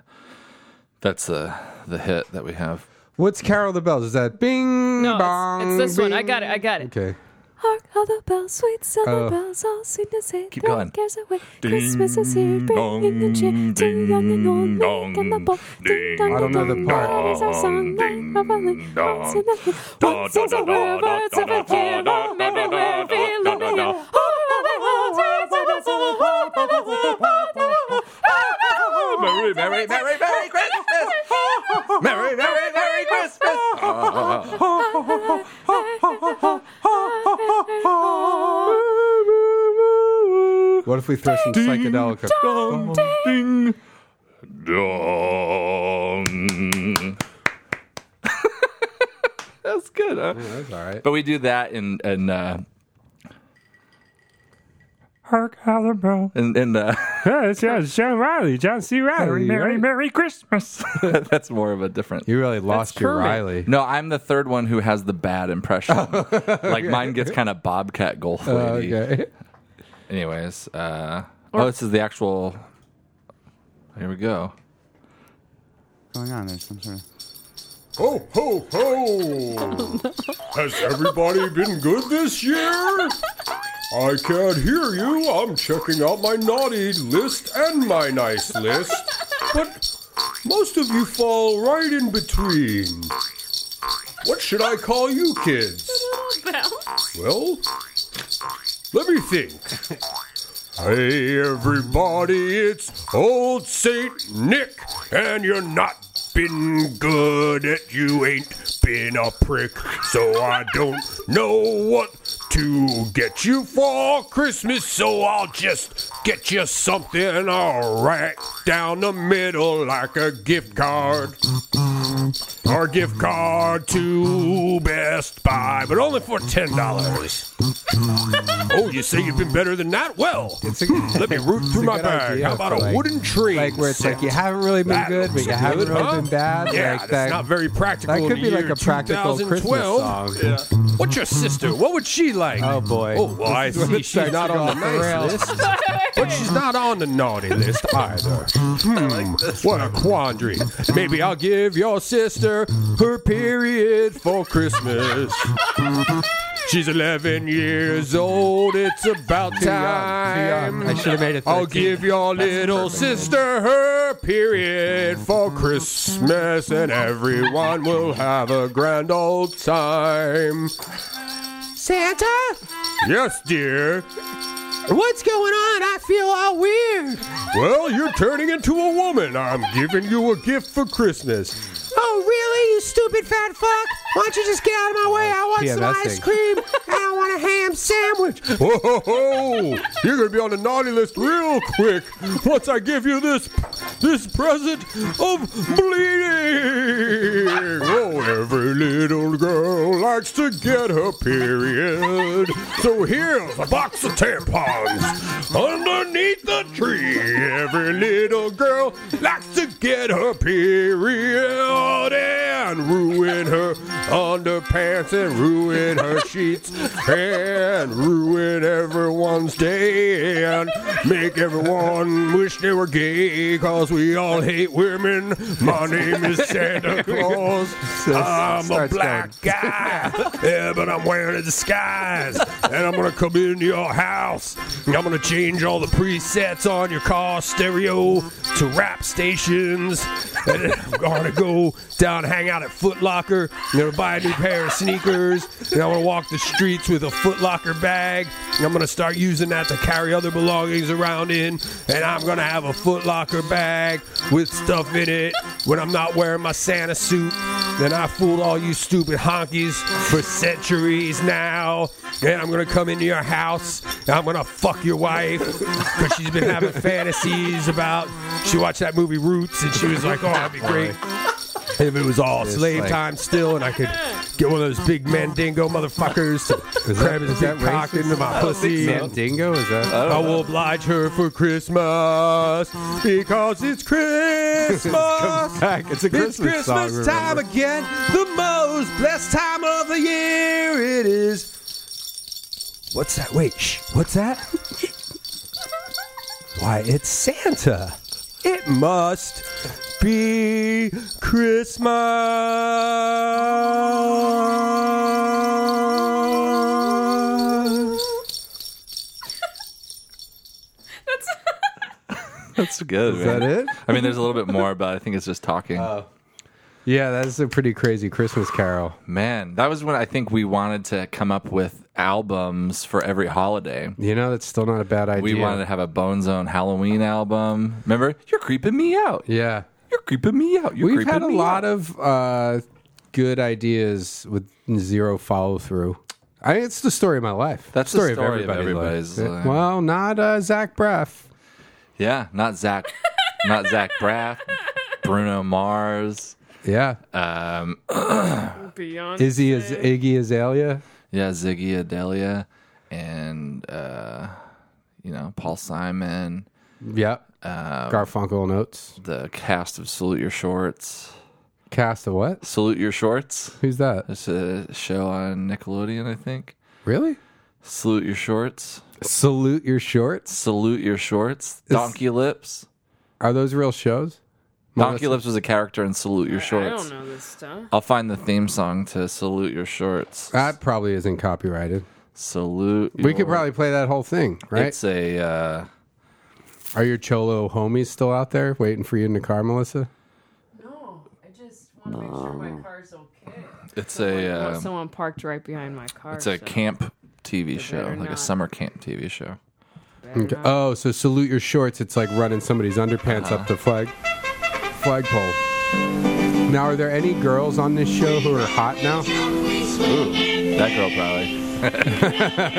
Speaker 1: that's the the hit that we have.
Speaker 3: What's Carol the Bells? Is that Bing
Speaker 2: No,
Speaker 3: Bong?
Speaker 2: it's, it's this one. I
Speaker 3: bing?
Speaker 2: got it. I got it.
Speaker 3: Okay.
Speaker 7: Hark how the bells, sweet sound
Speaker 3: Oh.
Speaker 7: the bells, all sweetness and
Speaker 1: Keep
Speaker 7: bright
Speaker 1: going.
Speaker 7: cares away. Christmas is here, bringing the cheer to
Speaker 1: ding,
Speaker 7: young and old,
Speaker 1: dong,
Speaker 7: meek and the bold.
Speaker 1: ding,
Speaker 7: Ding dong,
Speaker 3: I don't know the
Speaker 7: ding
Speaker 3: part.
Speaker 7: dong, is our
Speaker 1: Ding,
Speaker 7: song, ding, of only
Speaker 1: dong.
Speaker 7: once in the year. Once is a river, it's a river, from everywhere, feeling the year. Hark how the bells, sweet sound the bells, hark how the bells, hark how the bells, hark how the bells.
Speaker 1: Oh, Merry, merry, merry, merry Christmas! Merry, merry, merry Christmas!
Speaker 3: What if we throw some psychedelic?
Speaker 1: Dong, ding, dong. That's good, huh?
Speaker 3: That's all right.
Speaker 1: But we do that in in uh,
Speaker 8: Hark, holler, bro.
Speaker 1: in, in uh,
Speaker 8: Yes, yes, John Riley, John C. Riley.
Speaker 3: Hey,
Speaker 8: Merry,
Speaker 3: right.
Speaker 8: Merry Christmas.
Speaker 1: that's more of a different.
Speaker 3: You really lost your Riley.
Speaker 1: No, I'm the third one who has the bad impression. like mine gets kind of Bobcat
Speaker 3: Uh,
Speaker 1: Goldthwait.
Speaker 3: Oh, okay.
Speaker 1: Anyways, uh, oh, this is the actual. Here we go.
Speaker 6: going on? There's some sort of.
Speaker 9: Ho, ho, ho! Has everybody been good this year? I can't hear you. I'm checking out my naughty list and my nice list. But most of you fall right in between. What should I call you kids? Well, let me think. Hey everybody, it's old Saint Nick, and you're not been good at you ain't been a prick, so I don't know what to get you for Christmas, so I'll just get you something alright down the middle like a gift card. Or gift card to Best Buy, but only for ten dollars. Oh, you say you've been better than that? Well, let me root through my
Speaker 3: good
Speaker 9: bag.
Speaker 3: idea
Speaker 9: How about
Speaker 3: for,
Speaker 9: a
Speaker 3: like-
Speaker 9: wooden tree?
Speaker 3: Like where it's like you haven't really been
Speaker 9: That
Speaker 3: good, but you
Speaker 9: looks
Speaker 3: haven't
Speaker 9: good,
Speaker 3: really
Speaker 9: huh?
Speaker 3: been bad.
Speaker 9: Yeah,
Speaker 3: like
Speaker 9: that's
Speaker 3: that.
Speaker 9: not very practical.
Speaker 3: that
Speaker 9: in
Speaker 3: could
Speaker 9: the
Speaker 3: be like
Speaker 9: year
Speaker 3: a practical Christmas
Speaker 9: 2012.
Speaker 3: song.
Speaker 9: Yeah. What's your sister? What would she like?
Speaker 3: Oh, boy.
Speaker 9: Oh, well, I
Speaker 3: is when
Speaker 9: see
Speaker 3: it
Speaker 9: she's
Speaker 3: starts
Speaker 9: not
Speaker 3: to go
Speaker 9: on the
Speaker 3: off the
Speaker 9: nice
Speaker 3: rails.
Speaker 9: list, but she's not on the naughty list either. Hmm, what a quandary. Maybe I'll give your sister her period for Christmas. She's 11 years old. It's about time.
Speaker 3: I should have made it.
Speaker 9: I'll
Speaker 3: 13.
Speaker 9: give your little sister her period for Christmas, and everyone will have a grand old time.
Speaker 5: Santa,
Speaker 9: Yes, dear.
Speaker 5: what's going on? I feel all weird.
Speaker 9: Well, you're turning into a woman. I'm giving you a gift for Christmas.
Speaker 5: Oh, really, you stupid fat fuck? Why don't you just get out of my way? I want some
Speaker 3: PMSing.
Speaker 5: ice cream. and I want a ham sandwich.
Speaker 9: Whoa, ho, ho. Oh, you're gonna be on the naughty list real quick once I give you this this present of bleeding. Oh, every little girl likes to get her period, so here's a box of tampons underneath the tree. Every little girl likes to get her period and ruin her underpants and ruin her sheets and ruin everyone's day and make everyone wish they were gay because we all hate women. My name is Santa Claus. I'm a
Speaker 3: Starts
Speaker 9: black guy, yeah, but I'm wearing a disguise. And I'm gonna come into your house. And I'm gonna change all the presets on your car stereo to rap stations. And then I'm gonna go down, hang out at Foot Locker. I'm gonna buy a new pair of sneakers. And I'm gonna walk the streets with a Foot Locker bag. And I'm gonna start using that to carry other belongings around in. And I'm gonna have a Foot Locker bag with stuff in it when I'm not wearing my Santa suit. Then I fooled all you stupid honkies for centuries now. And I'm gonna come into your house and I'm gonna fuck your wife because she's been having fantasies about. She watched that movie Roots and she was like, "Oh, that'd be great if it was all slave
Speaker 3: like-
Speaker 9: time still, and I could
Speaker 10: Get one of those big mandingo motherfuckers to grab his big cock into my pussy.
Speaker 3: Mandingo is that?
Speaker 9: Uh,
Speaker 10: I, will oblige her for Christmas because it's Christmas.
Speaker 3: comes back. It's a Christmas song,
Speaker 10: Christmas time
Speaker 3: remember.
Speaker 10: again. The most blessed time of the year. It is. What's that? Wait, shh. What's that? Why, it's Santa. It must be Christmas.
Speaker 1: That's good.
Speaker 3: Is that
Speaker 1: man.
Speaker 3: it?
Speaker 1: I mean, there's a little bit more, but I think it's just talking.
Speaker 3: Oh. Yeah, that's a pretty crazy Christmas carol.
Speaker 1: Man, that was when I think we wanted to come up with albums for every holiday.
Speaker 3: You know, that's still not a bad idea.
Speaker 1: We wanted to have a Bone Zone Halloween album. Remember? You're creeping me out.
Speaker 3: yeah.
Speaker 1: You're creeping me out. You're
Speaker 3: We've
Speaker 1: creeping
Speaker 3: had a
Speaker 1: me out.
Speaker 3: lot of uh, good ideas with zero follow through. I mean, it's the story of my life.
Speaker 1: That's the story of everybody's life.
Speaker 3: Well, not uh, Zach Braff.
Speaker 1: Yeah, not Zach, not Zach Braff, Bruno Mars.
Speaker 3: Yeah.
Speaker 1: Um,
Speaker 2: Beyond
Speaker 3: Izzy is Iggy Azalea.
Speaker 1: yeah, Ziggy Adelia, and uh, you know Paul Simon,
Speaker 3: Yep. Garfunkel and Oates.
Speaker 1: the cast of Salute Your Shorts.
Speaker 3: Cast of what?
Speaker 1: Salute Your Shorts.
Speaker 3: Who's that?
Speaker 1: It's a show on Nickelodeon, I think.
Speaker 3: Really?
Speaker 1: Salute Your Shorts.
Speaker 3: Salute Your Shorts.
Speaker 1: Salute Your Shorts. Donkey Lips.
Speaker 3: Are those real shows?
Speaker 1: Donkey Lips was a character in Salute Your
Speaker 2: I
Speaker 1: Shorts.
Speaker 2: don't know this stuff.
Speaker 1: I'll find the theme song to Salute Your Shorts.
Speaker 3: That probably isn't copyrighted.
Speaker 1: Salute.
Speaker 3: Uh, We could
Speaker 1: Your-
Speaker 3: probably play that whole thing, right?
Speaker 1: It's a. Uh,
Speaker 3: Are your Cholo homies still out there waiting for you in the car, Melissa?
Speaker 2: No, I just want to make sure my car's okay.
Speaker 1: it's a.
Speaker 2: Well,
Speaker 7: Um,
Speaker 1: Uh,
Speaker 2: someone parked right behind my car.
Speaker 1: it's a
Speaker 2: so
Speaker 1: camp TV show,
Speaker 2: better
Speaker 1: like a
Speaker 2: not.
Speaker 1: summer camp TV show.
Speaker 2: better not.
Speaker 3: Oh, so salute your shorts. It's like running somebody's underpants up the flag flagpole. Now, are there any girls on this show who are hot now?
Speaker 1: That girl probably.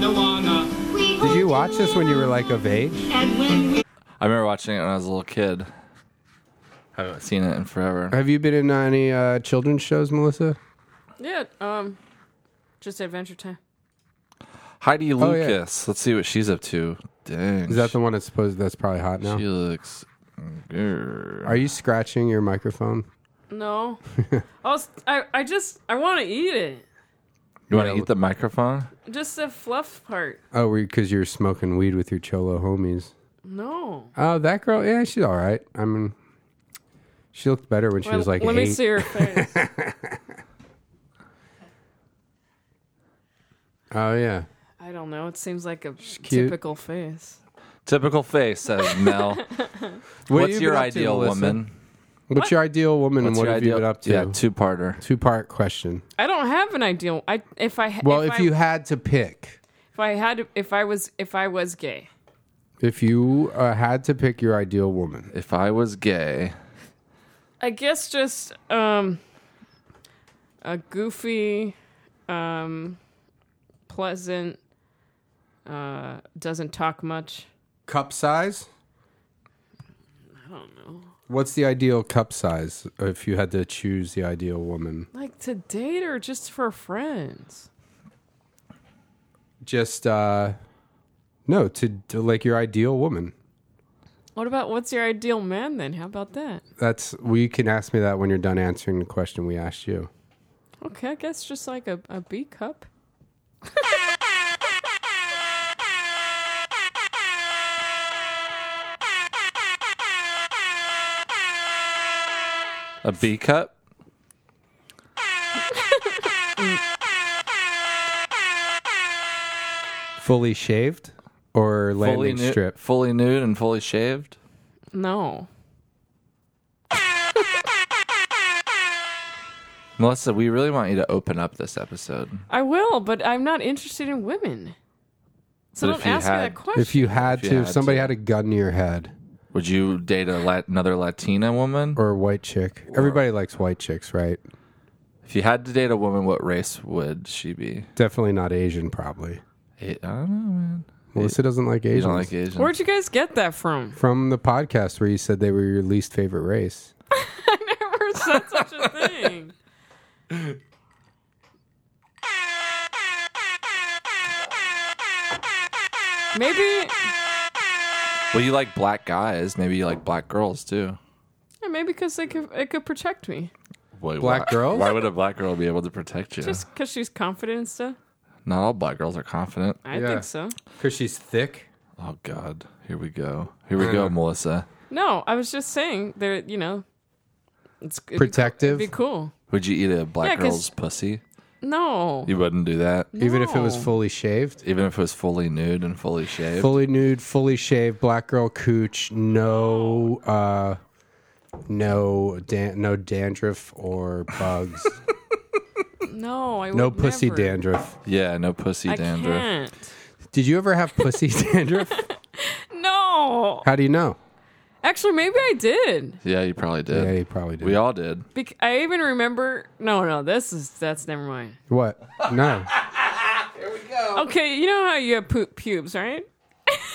Speaker 3: Did you watch this when you were like of age?
Speaker 1: I remember watching it when I was a little kid. I haven't seen it in forever.
Speaker 3: Have you been in any uh, children's shows, Melissa?
Speaker 2: Yeah, um, just Adventure Time.
Speaker 1: Heidi
Speaker 3: Oh, yeah.
Speaker 1: Lucas. Let's see what she's up to. Dang.
Speaker 3: Is that the one that's supposed that's probably hot
Speaker 1: She
Speaker 3: now?
Speaker 1: looks. Grr.
Speaker 3: Are you scratching your microphone?
Speaker 2: No, I was, I, I just, I want to eat it.
Speaker 1: You want to eat the microphone?
Speaker 2: Just the fluff part.
Speaker 3: Oh, because you're smoking weed with your cholo homies.
Speaker 2: No.
Speaker 3: Oh, that girl. Yeah, she's all right. I mean, she looked better when she
Speaker 2: Well,
Speaker 3: was like
Speaker 2: let
Speaker 3: eight.
Speaker 2: me see her face.
Speaker 3: Oh yeah.
Speaker 2: I don't know. It seems like a
Speaker 3: cute.
Speaker 2: typical face.
Speaker 1: Typical face, says Mel.
Speaker 3: What
Speaker 1: What's
Speaker 3: have you
Speaker 1: your
Speaker 3: been up to,
Speaker 1: ideal
Speaker 3: Melissa?
Speaker 1: woman?
Speaker 3: What's your ideal woman, and
Speaker 1: What's
Speaker 3: what
Speaker 1: your
Speaker 3: have
Speaker 1: ideal?
Speaker 3: you been up to?
Speaker 1: Yeah, two parter.
Speaker 3: Two part question.
Speaker 2: I don't have an ideal. I if I ha-
Speaker 3: Well,
Speaker 2: if,
Speaker 3: if,
Speaker 2: I,
Speaker 3: you had to pick,
Speaker 2: if I had to- if I was if I was gay.
Speaker 3: if you uh, had to pick your ideal woman,
Speaker 1: If I was gay,
Speaker 2: I guess just um a goofy, um pleasant, uh doesn't talk much.
Speaker 3: cup size.
Speaker 2: I don't know.
Speaker 3: What's the ideal cup size if you had to choose the ideal woman?
Speaker 2: Like to date or just for friends.
Speaker 3: Just uh no, to, to like your ideal woman.
Speaker 2: What about what's your ideal man then? How about that?
Speaker 3: That's we can ask me that when you're done answering the question we asked you.
Speaker 2: Okay, I guess just like a, a B cup.
Speaker 1: a B cup.
Speaker 3: Fully shaved or
Speaker 1: fully
Speaker 3: landing
Speaker 1: nude,
Speaker 3: strip?
Speaker 1: fully nude and fully shaved.
Speaker 2: No.
Speaker 1: Melissa, we really want you to open up this episode.
Speaker 2: I will, but I'm not interested in women. So
Speaker 1: But if
Speaker 2: don't
Speaker 1: you
Speaker 2: ask me
Speaker 1: had-
Speaker 2: that question.
Speaker 3: If you had
Speaker 1: If you
Speaker 3: to, if
Speaker 1: had
Speaker 3: somebody
Speaker 1: to.
Speaker 3: had a gun to your head
Speaker 1: Would you date a lat- another Latina woman?
Speaker 3: or a white chick, everybody likes white chicks, right?
Speaker 1: If you had to date a woman, what race would she be?
Speaker 3: Definitely not Asian, probably.
Speaker 1: It, I don't know, man.
Speaker 3: Melissa doesn't like
Speaker 1: You
Speaker 3: Asians.
Speaker 1: don't like Asians.
Speaker 2: Where'd you guys get that from?
Speaker 3: From the podcast where you said they were your least favorite race.
Speaker 2: Never said such a thing. Maybe,
Speaker 1: Well, you like black guys. Maybe you like black girls too.
Speaker 2: yeah, maybe because they could, it could protect me,
Speaker 1: Wait, why,
Speaker 3: Black girls?
Speaker 1: Why would a black girl be able to protect you?
Speaker 2: just because she's confident and stuff.
Speaker 1: Not all black girls are confident.
Speaker 2: I
Speaker 3: Yeah.
Speaker 2: think so.
Speaker 3: Because she's thick.
Speaker 1: Oh God, here we go. Here we go,
Speaker 3: Yeah.
Speaker 1: Melissa.
Speaker 2: No, I was just saying they're you know, it's it'd be-
Speaker 3: Protective.
Speaker 2: Be cool.
Speaker 1: Would you eat a black
Speaker 2: Yeah, 'cause-
Speaker 1: girl's pussy?
Speaker 2: No,
Speaker 1: You wouldn't do that,
Speaker 3: Even if it was
Speaker 2: No.
Speaker 3: fully shaved.
Speaker 1: even if it was fully nude and fully shaved.
Speaker 3: Fully nude, fully shaved, black girl cooch, no
Speaker 1: Oh.
Speaker 3: uh no dan- no dandruff or bugs.
Speaker 2: no, I
Speaker 3: no
Speaker 2: would
Speaker 3: pussy
Speaker 2: never.
Speaker 3: dandruff.
Speaker 1: yeah, no pussy
Speaker 2: I
Speaker 1: dandruff.
Speaker 2: can't.
Speaker 3: Did you ever have pussy dandruff?
Speaker 2: No,
Speaker 3: How do you know?
Speaker 2: actually, maybe I did.
Speaker 1: Yeah, you probably did.
Speaker 3: Yeah, you probably did.
Speaker 1: We all did.
Speaker 2: Bec- I even remember. No, no, this is that's never mind.
Speaker 3: what? No.
Speaker 2: Okay, you know how you have poop pubes, right?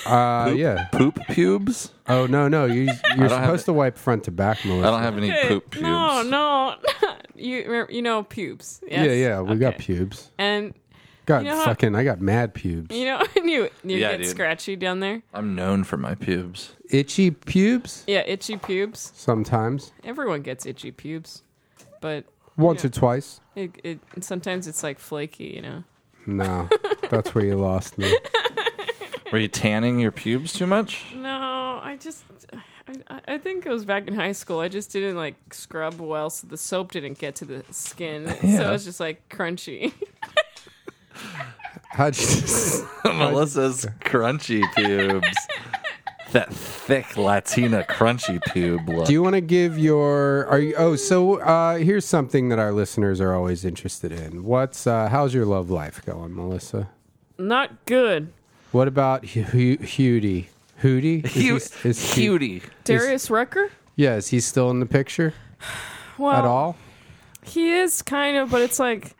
Speaker 3: Uh, yeah.
Speaker 1: Poop pubes?
Speaker 3: Oh no, no. You you're
Speaker 1: have
Speaker 3: supposed
Speaker 1: it.
Speaker 3: to wipe front to back, Melissa.
Speaker 1: I don't have any
Speaker 2: Okay,
Speaker 1: poop pubes.
Speaker 2: No, no, you remember- you know pubes. Yes.
Speaker 3: Yeah, yeah. We got
Speaker 2: Okay.
Speaker 3: pubes.
Speaker 2: And
Speaker 3: Got
Speaker 2: You know how-
Speaker 3: fucking. I got mad pubes.
Speaker 2: you know, and you you
Speaker 1: Yeah,
Speaker 2: get
Speaker 1: dude.
Speaker 2: scratchy down there.
Speaker 1: I'm known for my pubes.
Speaker 3: Itchy pubes
Speaker 2: Yeah, itchy pubes.
Speaker 3: sometimes.
Speaker 2: Everyone gets itchy pubes, but
Speaker 3: Once or twice.
Speaker 2: it, it and sometimes it's like flaky, you know.
Speaker 3: No, that's where you lost me.
Speaker 1: Were you tanning your pubes too much?
Speaker 2: No, I just. I, I- I think it was back in high school. I just didn't like scrub well, so the soap didn't get to the skin. So
Speaker 1: Yeah.
Speaker 2: it was just like crunchy.
Speaker 3: How'd you?
Speaker 1: Melissa's crunchy pubes. that thick Latina crunchy pube look.
Speaker 3: Do you want to give your? Are you? Oh, so uh, here's something that our listeners are always interested in. What's? Uh, how's your love life going, Melissa?
Speaker 2: Not good.
Speaker 3: What about Hu- Hu- Hootie? Hootie? Is he- is he-
Speaker 1: cutie.
Speaker 2: Darius Rucker?
Speaker 3: Yeah, is he still in the picture
Speaker 2: Well,
Speaker 1: Oh.
Speaker 3: at all?
Speaker 2: He is kind of, but it's like,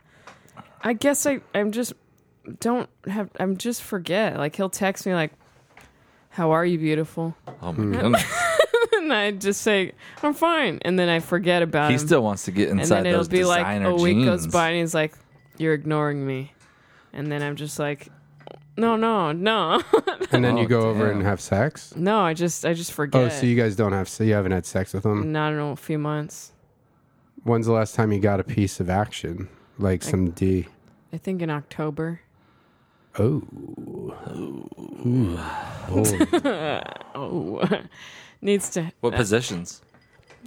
Speaker 2: I guess I I'm just don't have I'm just forget. Like he'll text me like, "How are you, beautiful?"
Speaker 1: Oh
Speaker 3: Hmm.
Speaker 1: my goodness.
Speaker 2: And I just say, "I'm fine," and then I forget about
Speaker 3: Um,
Speaker 1: He
Speaker 2: him.
Speaker 1: still wants to get
Speaker 2: and
Speaker 1: inside
Speaker 2: then it'll
Speaker 1: those
Speaker 2: be like
Speaker 1: designer
Speaker 2: a week
Speaker 1: jeans.
Speaker 2: goes by and he's like, "You're ignoring me," and then I'm just like, "No, no, no,
Speaker 3: And then
Speaker 1: Oh,
Speaker 3: you go over
Speaker 1: damn.
Speaker 3: and have sex.
Speaker 2: no." I just I just forget.
Speaker 3: Oh, so you guys don't have? So you haven't had sex with
Speaker 1: Mm.
Speaker 3: him?
Speaker 2: not in a few months.
Speaker 3: When's the last time you got a piece of action like some D?
Speaker 2: I think in October.
Speaker 3: Oh. Oh.
Speaker 2: Oh, needs to
Speaker 1: What positions?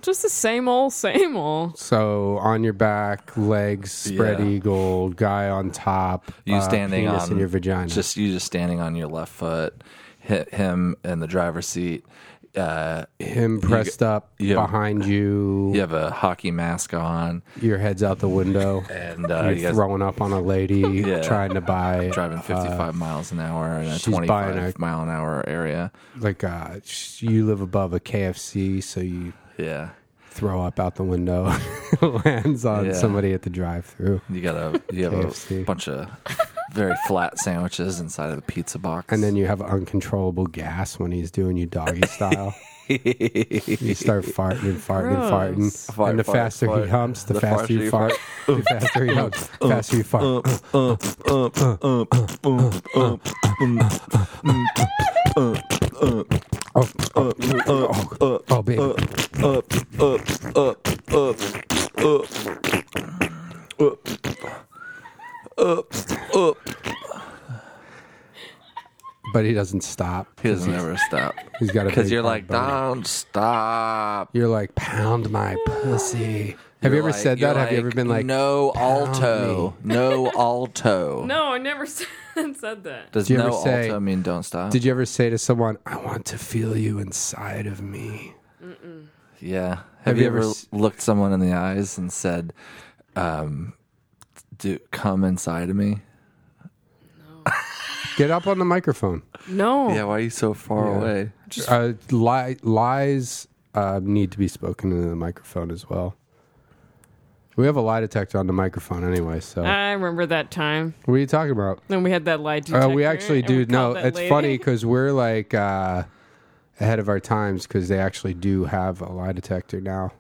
Speaker 2: just the same old, same old.
Speaker 3: so on your back, legs spread
Speaker 1: Yeah.
Speaker 3: eagle, guy on top,
Speaker 1: You
Speaker 3: uh,
Speaker 1: standing
Speaker 3: penis
Speaker 1: on
Speaker 3: in your vagina.
Speaker 1: Just you just standing on your left foot. Hit him in the driver's seat. Uh,
Speaker 3: him pressed up
Speaker 1: you-
Speaker 3: behind you,
Speaker 1: you have a hockey mask on,
Speaker 3: your head's out the window.
Speaker 1: and uh,
Speaker 3: You're
Speaker 1: you guys
Speaker 3: throwing up on a lady
Speaker 1: Yeah.
Speaker 3: trying to buy
Speaker 1: driving 55 miles an hour in a
Speaker 3: she's buying
Speaker 1: 25
Speaker 3: a-
Speaker 1: mile an hour area.
Speaker 3: like uh sh- you live above a KFC, so you
Speaker 1: Yeah,
Speaker 3: throw up out the window, lands on
Speaker 1: Yeah.
Speaker 3: somebody at the drive-through,
Speaker 1: you got a you have a
Speaker 3: KFC.
Speaker 1: bunch of very flat sandwiches inside of the pizza box,
Speaker 3: and then you have uncontrollable gas when he's doing you doggy style. you start farting and farting and
Speaker 2: Gross.
Speaker 3: farting,
Speaker 1: Fart,
Speaker 3: and the
Speaker 1: fart,
Speaker 3: faster
Speaker 1: fart.
Speaker 3: he humps, the,
Speaker 1: The
Speaker 3: faster you fart. The faster he humps, the faster you fart. Oh, oh, oh, oh, oh, baby. oh, But he doesn't stop.
Speaker 1: he doesn't ever stop
Speaker 3: He's got a
Speaker 1: because
Speaker 3: big
Speaker 1: you're
Speaker 3: hard
Speaker 1: like,
Speaker 3: boner.
Speaker 1: don't stop.
Speaker 3: You're like, pound my pussy. Have you
Speaker 1: You're
Speaker 3: ever
Speaker 1: like-
Speaker 3: said that?
Speaker 1: you're
Speaker 3: Have you ever been like,
Speaker 1: no
Speaker 3: "Pound
Speaker 1: alto, no alto?
Speaker 2: No, I never said that.
Speaker 1: Does
Speaker 3: Do you
Speaker 1: no
Speaker 3: ever say-
Speaker 1: alto mean don't stop?
Speaker 3: Did you ever say to someone, I want to feel you inside of me?
Speaker 1: yeah. Have, you,
Speaker 3: you
Speaker 1: ever
Speaker 3: ever s-
Speaker 1: looked someone in the eyes and said, um, "Do come inside of me"?
Speaker 3: Get up on the microphone.
Speaker 2: No.
Speaker 1: Yeah. Why are you so far
Speaker 3: Oh. Yeah.
Speaker 1: away?
Speaker 3: Uh, li- lies uh, need to be spoken into the microphone as well. We have a lie detector on the microphone anyway, so.
Speaker 2: I remember that time.
Speaker 3: what are you talking about?
Speaker 2: Then we had that lie detector.
Speaker 3: Uh, we actually
Speaker 2: and we
Speaker 3: do. No,
Speaker 2: called that
Speaker 3: it's funny
Speaker 2: lady.
Speaker 3: funny because we're like uh, ahead of our times because they actually do have a lie detector now.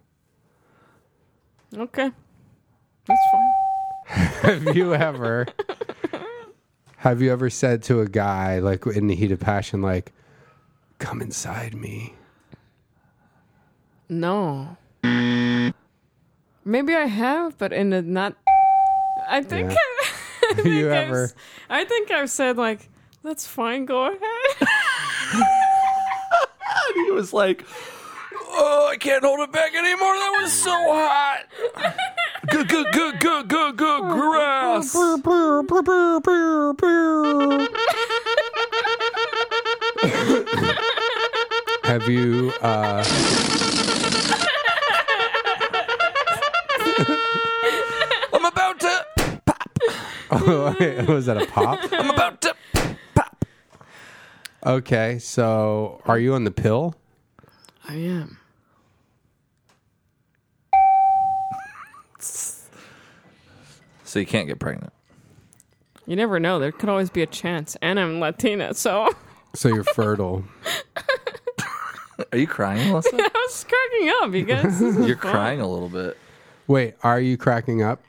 Speaker 2: Okay, that's fine.
Speaker 3: have you ever have you ever said to a guy like in the heat of passion like come inside me
Speaker 2: No, maybe I have, but in a not. I think.
Speaker 3: Yeah.
Speaker 2: I think
Speaker 3: You
Speaker 2: I've
Speaker 3: ever-
Speaker 2: s- I think I've said like, "That's fine, go ahead."
Speaker 1: and he was like, "Oh, I can't hold it back anymore. That was so hot." Good, good, good, good, good, good grass.
Speaker 3: have you uh
Speaker 1: I'm about to.
Speaker 3: was that a pop
Speaker 1: I'm about to.
Speaker 3: okay so are you on the pill
Speaker 2: I am.
Speaker 1: So you can't get pregnant.
Speaker 2: You never know. There could always be a chance, and I'm Latina, so
Speaker 3: so you're fertile
Speaker 1: Are you crying, Melissa?
Speaker 2: I was cracking up. You guys, This is
Speaker 1: You're
Speaker 2: fun.
Speaker 1: crying a little bit.
Speaker 3: wait are you cracking up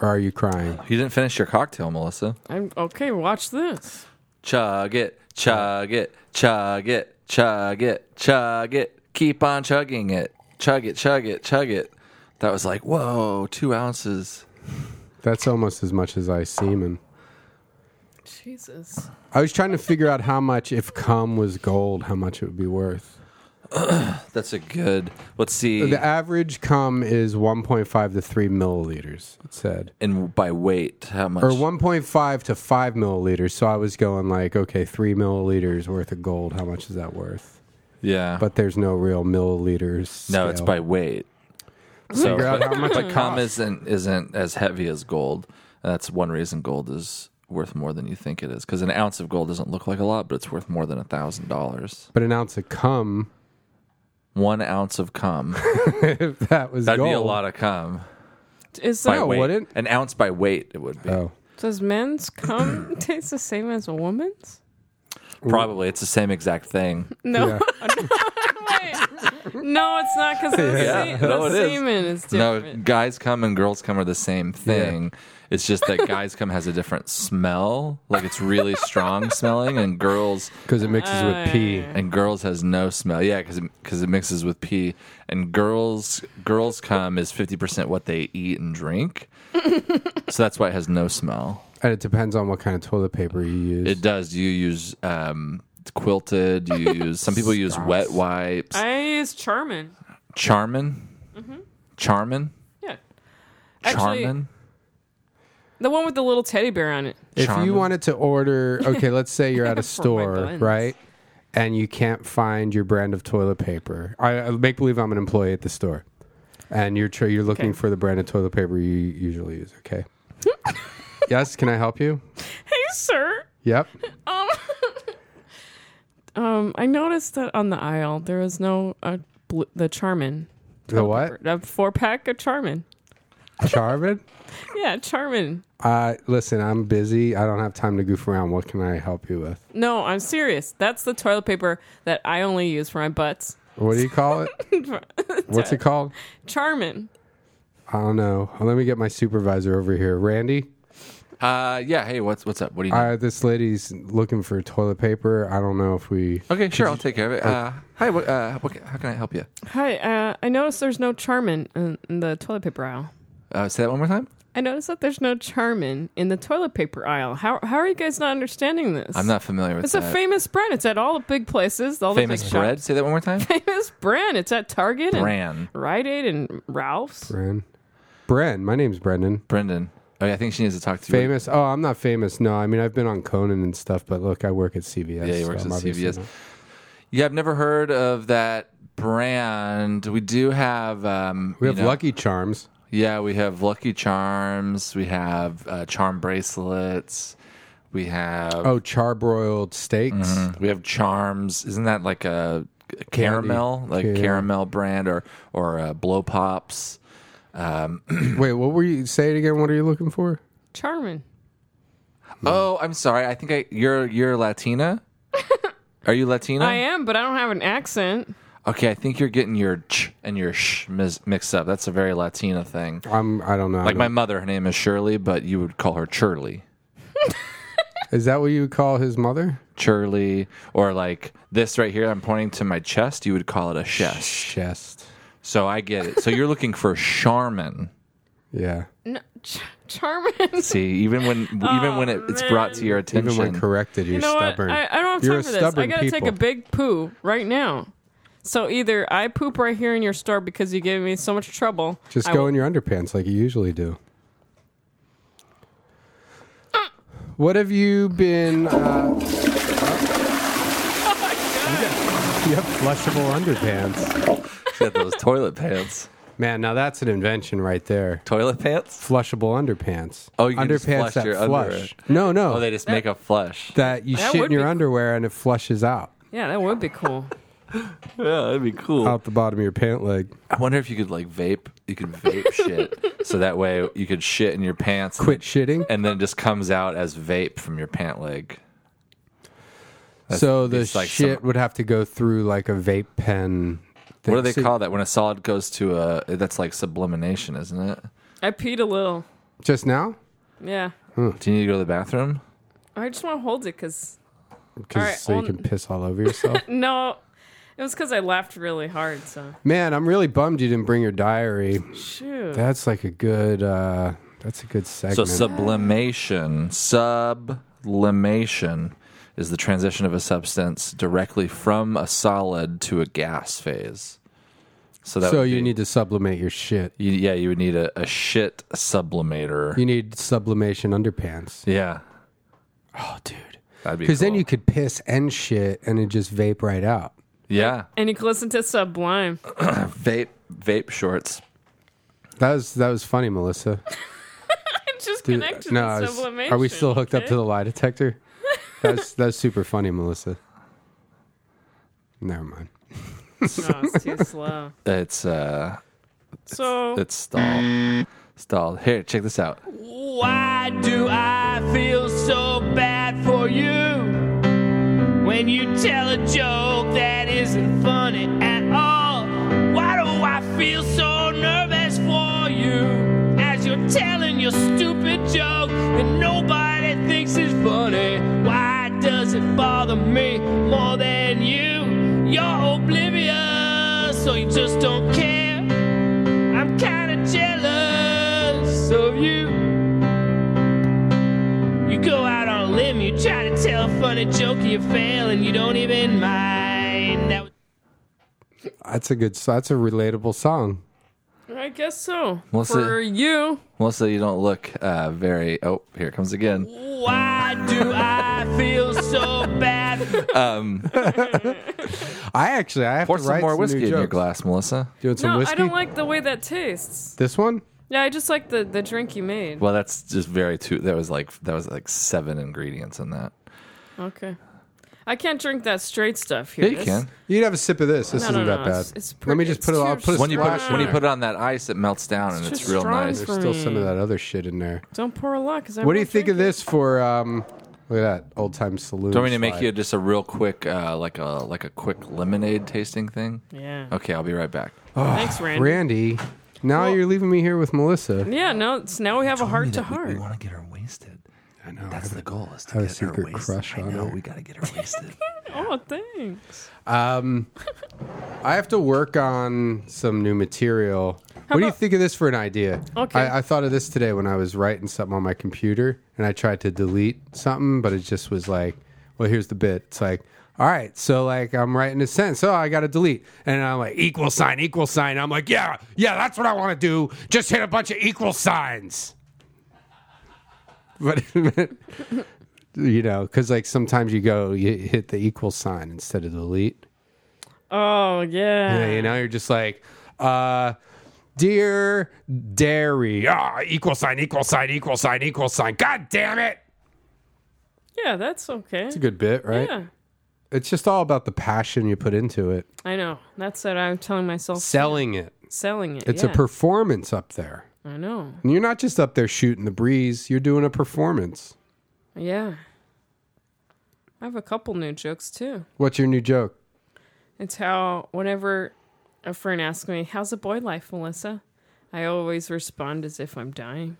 Speaker 3: or are you crying
Speaker 1: You didn't finish your cocktail, Melissa.
Speaker 2: I'm okay. Watch this.
Speaker 1: Chug it, chug it, chug it, chug it, chug it. Keep on chugging it. Chug it, chug it, chug it. That was like, whoa, two ounces.
Speaker 3: that's almost as much as i semen
Speaker 2: Jesus.
Speaker 3: i was trying to figure out how much if cum was gold how much it would be worth
Speaker 1: That's a good. Let's see.
Speaker 3: The average cum is 1.5 to 3 milliliters, it said.
Speaker 1: And by weight, how much?
Speaker 3: Or 1.5 to 5 milliliters. So I was going like, okay, 3 milliliters worth of gold. How much is that worth?
Speaker 1: yeah.
Speaker 3: But there's no real milliliters.
Speaker 1: No, it's
Speaker 3: scale.
Speaker 1: by weight. So,
Speaker 3: Figure out
Speaker 1: but,
Speaker 3: how much
Speaker 1: but
Speaker 3: it
Speaker 1: cum
Speaker 3: costs.
Speaker 1: isn't isn't as heavy as gold. And that's one reason gold is worth more than you think it is. Because an ounce of gold doesn't look like a lot, but it's worth more than a thousand dollars.
Speaker 3: But an ounce of cum,
Speaker 1: One ounce of cum
Speaker 3: if that was
Speaker 1: that'd
Speaker 3: gold.
Speaker 1: be a lot of cum.
Speaker 2: Is
Speaker 1: By
Speaker 2: that,
Speaker 1: weight.
Speaker 3: would it?
Speaker 1: An ounce by weight, it would be
Speaker 3: Oh.
Speaker 2: does men's cum taste the same as a woman's?
Speaker 1: probably. It's the same exact thing.
Speaker 2: No.
Speaker 3: Yeah.
Speaker 2: Wait. No, it's not because the,
Speaker 1: Yeah.
Speaker 2: se-
Speaker 1: No,
Speaker 2: the
Speaker 1: it is.
Speaker 2: semen is
Speaker 1: No,
Speaker 2: different.
Speaker 1: guys cum and girls cum are the same thing. It's just that guys cum has a different smell, like it's really strong smelling, and girls
Speaker 3: Because it mixes with pee.
Speaker 1: and girls has no smell. Yeah, because because it, mixes with pee. And girls girls cum is fifty percent what they eat and drink, so that's why it has no smell.
Speaker 3: And it depends on what kind of toilet paper you use.
Speaker 1: It does. You use um, quilted. You use some people use wet wipes.
Speaker 2: I use Charmin.
Speaker 1: Charmin, Charmin,
Speaker 2: Yeah. Actually,
Speaker 1: Charmin.
Speaker 2: the one with the little teddy bear on it.
Speaker 3: if
Speaker 1: Charmin.
Speaker 3: you wanted to order, okay, let's say you're at a
Speaker 2: For my
Speaker 3: store,
Speaker 2: buns.
Speaker 3: right? And you can't find your brand of toilet paper. I, I make believe I'm an employee at the store, and you're tr- you're looking
Speaker 2: Okay.
Speaker 3: for the brand of toilet paper you usually use. Okay. yes, can I help you?
Speaker 2: Hey, sir.
Speaker 3: Yep.
Speaker 2: Um, um, I noticed that on the aisle there was no uh, bl- the Charmin.
Speaker 3: The what?
Speaker 2: A four pack of Charmin.
Speaker 3: Charmin?
Speaker 2: Yeah, Charmin.
Speaker 3: Uh, listen, I'm busy. I don't have time to goof around. What can I help you with?
Speaker 2: No, I'm serious. That's the toilet paper that I only use for my butts.
Speaker 3: What do you call it? What's it called?
Speaker 2: Charmin.
Speaker 3: I don't know. Let me get my supervisor over here, Randy.
Speaker 1: Uh, yeah. Hey, what's what's up? What do you? need?
Speaker 3: Uh, this lady's looking for toilet paper. I don't know if we.
Speaker 1: okay, sure. I'll take care of it. Uh, hi. What, uh, what, ca- how can I help you?
Speaker 2: Hi, uh, I noticed there's no Charmin in, in the toilet paper aisle.
Speaker 1: Uh, say that one more time.
Speaker 2: I noticed that there's no Charmin in the toilet paper aisle. How how are you guys not understanding this?
Speaker 1: I'm not familiar with
Speaker 2: It's
Speaker 1: that.
Speaker 2: a famous brand. It's at all the big places. All the
Speaker 1: famous
Speaker 2: big
Speaker 1: bread.
Speaker 2: shops.
Speaker 1: Say that one more time.
Speaker 2: Famous brand. It's at Target and
Speaker 1: Bran.
Speaker 2: Rite Aid and Ralph's.
Speaker 3: Bren. Bren. My name's Brendan.
Speaker 1: Brendan. Oh, yeah, I think she needs to talk to you.
Speaker 3: Famous. Oh, I'm not famous. No, I mean, I've been on Conan and stuff, but look, I work at CVS.
Speaker 1: Yeah, he
Speaker 3: so
Speaker 1: works
Speaker 3: I'm
Speaker 1: at
Speaker 3: obviously
Speaker 1: CVS.
Speaker 3: not-
Speaker 1: Yeah, I've never heard of that brand. We do have. Um,
Speaker 3: We
Speaker 1: you
Speaker 3: have
Speaker 1: know-
Speaker 3: Lucky Charms.
Speaker 1: Yeah, we have Lucky Charms. We have uh, charm bracelets. We have.
Speaker 3: Oh, charbroiled steaks.
Speaker 1: We have charms. Isn't that like a, a caramel, like
Speaker 3: Yeah.
Speaker 1: caramel brand, or or uh, blow pops? Um,
Speaker 3: Wait, what were you? Say it again. What are you looking for?
Speaker 2: Charmin.
Speaker 3: Mm.
Speaker 1: oh, I'm sorry. I think I you're you're Latina. Are you Latina?
Speaker 2: I am, but I don't have an accent.
Speaker 1: Okay, I think you're getting your ch and your sh mis- mixed up. That's a very Latina thing.
Speaker 3: I'm. I don't know.
Speaker 1: Like my mother, her name is Shirley, but you would call her Churley.
Speaker 3: Is that what you would call his mother?
Speaker 1: Churley, or like this right here. I'm pointing to my chest. You would call it a chest.
Speaker 3: Chest.
Speaker 1: So I get it. So you're looking for Charmin.
Speaker 3: Yeah.
Speaker 2: No, Ch- Charmin.
Speaker 1: See, even when even when it, it's brought to your attention,
Speaker 3: Even when corrected, you're
Speaker 2: you know
Speaker 3: stubborn.
Speaker 2: what? I, I don't have
Speaker 3: You're
Speaker 2: time
Speaker 3: a
Speaker 2: for this. I
Speaker 3: stubborn
Speaker 2: gotta take
Speaker 3: people.
Speaker 2: a big poo right now. So either I poop right here in your store because you gave me so much trouble.
Speaker 3: Just
Speaker 2: I
Speaker 3: go
Speaker 2: will-
Speaker 3: in your underpants like you usually do. What have you been? Uh,
Speaker 2: Oh
Speaker 3: you have flushable underpants.
Speaker 1: Got those toilet pants.
Speaker 3: Man, now that's an invention right there.
Speaker 1: Toilet pants?
Speaker 3: Flushable underpants.
Speaker 1: Oh, you can just
Speaker 3: underpants
Speaker 1: flush
Speaker 3: that
Speaker 1: your
Speaker 3: flush.
Speaker 1: underwear.
Speaker 3: No, no,
Speaker 1: Oh, they just make a flush.
Speaker 3: that you
Speaker 2: That
Speaker 3: shit
Speaker 2: would
Speaker 3: in your
Speaker 2: be-
Speaker 3: underwear and it flushes out
Speaker 2: Yeah, that would be cool.
Speaker 1: Yeah, that'd be cool.
Speaker 3: out the bottom of your pant leg.
Speaker 1: I wonder if you could like vape. You could vape shit, so that way you could shit in your pants.
Speaker 3: Quit shitting.
Speaker 1: and then it just comes out as vape from your pant leg.
Speaker 3: so the
Speaker 1: it's like
Speaker 3: shit
Speaker 1: some-
Speaker 3: would have to go through like a vape pen. Thing.
Speaker 1: What do they
Speaker 3: So-
Speaker 1: call that when a solid goes to a? That's like sublimation, isn't it?
Speaker 2: I peed a little.
Speaker 3: Just now?
Speaker 2: Yeah.
Speaker 1: Do you need to go to the bathroom?
Speaker 2: I just want to hold it because
Speaker 3: Because
Speaker 2: All right,
Speaker 3: so
Speaker 2: well-
Speaker 3: you can piss all over yourself.
Speaker 2: no, it was because I laughed really hard. So
Speaker 3: Man, I'm really bummed you didn't bring your diary.
Speaker 2: shoot.
Speaker 3: That's like a good. uh That's a good
Speaker 1: So
Speaker 3: segment.
Speaker 1: sublimation, sublimation is the transition of a substance directly from a solid to a gas phase. So that
Speaker 3: So
Speaker 1: would
Speaker 3: you
Speaker 1: be-
Speaker 3: need to sublimate your shit.
Speaker 1: you- yeah, you would need a, a shit sublimator.
Speaker 3: You need sublimation underpants.
Speaker 1: yeah,
Speaker 3: Oh, dude.
Speaker 1: that'd be
Speaker 3: Because then
Speaker 1: cool.
Speaker 3: you could piss and shit, and it just vape right out.
Speaker 1: yeah
Speaker 2: And you can listen to Sublime.
Speaker 1: vape vape shorts.
Speaker 3: That was that was funny, Melissa.
Speaker 2: It's just
Speaker 3: Dude,
Speaker 2: connected
Speaker 3: no, I
Speaker 2: to
Speaker 3: was-
Speaker 2: Sublimation.
Speaker 3: are we still hooked up to the lie detector? That's that's super funny, Melissa. Never mind.
Speaker 2: the? No, it's too slow.
Speaker 1: It's uh,
Speaker 2: So
Speaker 1: it's stalled. Stalled. Here, check this out.
Speaker 7: Why do I feel so bad for you when you tell a joke that isn't funny at all? Why do I feel so nervous for you as you're telling your stupid joke that nobody thinks is funny? Why does it bother me more than you? You're oblivious, so you just don't care. I'm kinda jealous of you. You go out on a limb, you try to tell a funny joke, you fail, and you don't even mind. That was-
Speaker 3: That's a good. That's a relatable song.
Speaker 2: I guess so.
Speaker 1: We'll see.
Speaker 2: For you,
Speaker 1: Melissa, you don't look uh, very. Oh, here it comes again.
Speaker 7: Why do I feel so bad?
Speaker 3: I actually I have
Speaker 1: Um, Pour
Speaker 3: to
Speaker 1: some
Speaker 3: write
Speaker 1: more
Speaker 3: some
Speaker 1: whiskey
Speaker 3: new
Speaker 1: in your
Speaker 3: jokes.
Speaker 1: glass, Melissa.
Speaker 3: Doing some
Speaker 2: no,
Speaker 3: whiskey.
Speaker 2: I don't like the way that tastes.
Speaker 3: this one.
Speaker 2: Yeah, I just like the the drink you made.
Speaker 1: Well, that's just very too. That was like that was like seven ingredients in that.
Speaker 2: Okay. I can't drink that straight stuff here.
Speaker 1: Yeah, you
Speaker 2: This-
Speaker 1: can.
Speaker 3: You'd have a sip of this. This
Speaker 2: No,
Speaker 3: isn't
Speaker 2: no,
Speaker 3: that
Speaker 2: no,
Speaker 3: bad.
Speaker 2: it's- it's
Speaker 3: Let me
Speaker 2: pretty-
Speaker 3: just
Speaker 2: it's
Speaker 3: put it.
Speaker 2: too
Speaker 3: I'll put a
Speaker 1: When you put
Speaker 3: splash
Speaker 1: it,
Speaker 3: in
Speaker 1: when you
Speaker 3: there.
Speaker 1: put it on that ice, it melts down and it's
Speaker 2: just
Speaker 1: real
Speaker 2: strong
Speaker 1: nice.
Speaker 2: for
Speaker 3: There's still some of that other shit in there.
Speaker 2: Don't pour a lot because
Speaker 3: What do you think of this for? um Look at that old time saloon.
Speaker 1: Do you want me to make
Speaker 3: slide.
Speaker 1: you just a real quick, uh, like a like a quick lemonade tasting thing?
Speaker 2: Yeah.
Speaker 1: Okay, I'll be right back.
Speaker 2: Thanks, Randy.
Speaker 3: Randy? Now
Speaker 2: Well-
Speaker 3: you're leaving me here with Melissa.
Speaker 2: Yeah. No. It's, now we have a heart to
Speaker 1: We,
Speaker 2: heart.
Speaker 1: want to get her wasted.
Speaker 3: I know.
Speaker 1: That's the goal. Is to
Speaker 3: have a
Speaker 1: get her
Speaker 3: secret
Speaker 1: wasted.
Speaker 3: crush
Speaker 1: I
Speaker 3: on
Speaker 1: know
Speaker 3: her.
Speaker 1: we got to get her wasted.
Speaker 2: Oh, thanks.
Speaker 3: I have to work on some new material. what do you
Speaker 2: about-
Speaker 3: think of this for an idea?
Speaker 2: Okay.
Speaker 3: I, I thought of this today when I was writing something on my computer and I tried to delete something, but it just was like, well, here's the bit. It's like, all right, so like I'm writing a sentence. Oh, I got to delete. And I'm like, equal sign, equal sign. I'm like, yeah, yeah, that's what I want to do. Just hit a bunch of equal signs. But, you know, because like sometimes you go, you hit the equal sign instead of delete.
Speaker 2: Oh yeah.
Speaker 3: Yeah, you know, you're just like, uh, dear dairy, ah, equal sign, equal sign, equal sign, equal sign. God damn it!
Speaker 2: Yeah, that's okay.
Speaker 3: It's a good bit, right?
Speaker 2: Yeah. Oh,
Speaker 3: It's just all about the passion you put into it,
Speaker 2: I know. That's what I'm telling myself.
Speaker 3: selling it.
Speaker 2: selling it.
Speaker 3: It's
Speaker 2: yeah.
Speaker 3: a performance up there.
Speaker 2: I know.
Speaker 3: And you're not just up there shooting the breeze, you're doing a performance.
Speaker 2: Yeah. I have a couple new jokes too.
Speaker 3: What's your new joke?
Speaker 2: It's how whenever a friend asks me, "How's the boy life, Melissa?" I always respond as if I'm dying.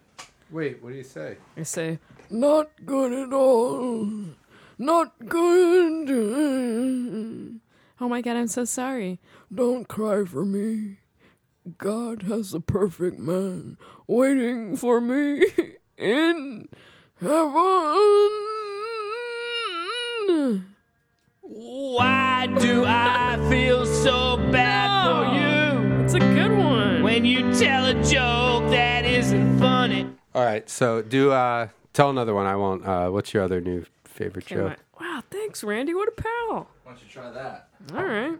Speaker 3: Wait, what do you say?
Speaker 2: I say, "Not good at all. Not good." Oh my god, I'm so sorry.
Speaker 11: Don't cry for me. God has the perfect man waiting for me in heaven.
Speaker 7: Why do I feel so bad for you?
Speaker 2: It's a good one.
Speaker 7: When you tell a joke that isn't funny.
Speaker 3: All right, so do uh tell another one. I won't. Uh, what's your other new favorite
Speaker 2: Can
Speaker 3: joke?
Speaker 2: I- wow, thanks, Randy. What a pal.
Speaker 1: Why don't you try that?
Speaker 2: All right.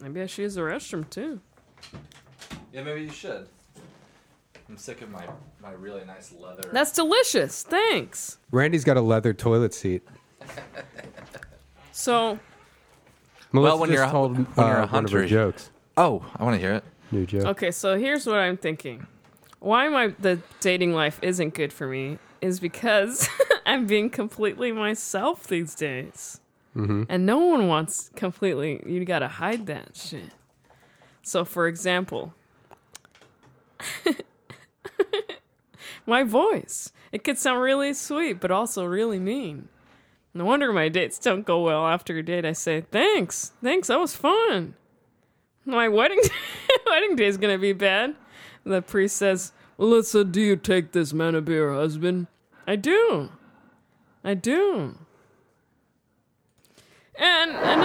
Speaker 2: Maybe I should use the restroom too.
Speaker 1: Yeah, maybe you should. I'm sick of my my really nice leather.
Speaker 2: That's delicious. Thanks.
Speaker 3: Randy's got a leather toilet seat.
Speaker 2: So,
Speaker 3: Melissa
Speaker 1: well, when
Speaker 3: just
Speaker 1: you're a-
Speaker 3: told
Speaker 1: when you're a
Speaker 3: uh, one of her
Speaker 1: hunter-
Speaker 3: jokes.
Speaker 1: Oh, I want to hear it.
Speaker 3: New joke.
Speaker 2: okay, so here's what I'm thinking. Why my the dating life isn't good for me is because I'm being completely myself these days.
Speaker 5: Mm-hmm.
Speaker 2: And no one wants completely. You got to hide that shit. So, for example, my voice. It could sound really sweet, but also really mean. No wonder my dates don't go well after a date. I say, thanks, thanks, that was fun. My wedding wedding day is going to be bad. The priest says, Melissa, do you take this man to be your husband? I do. I do. And Oh,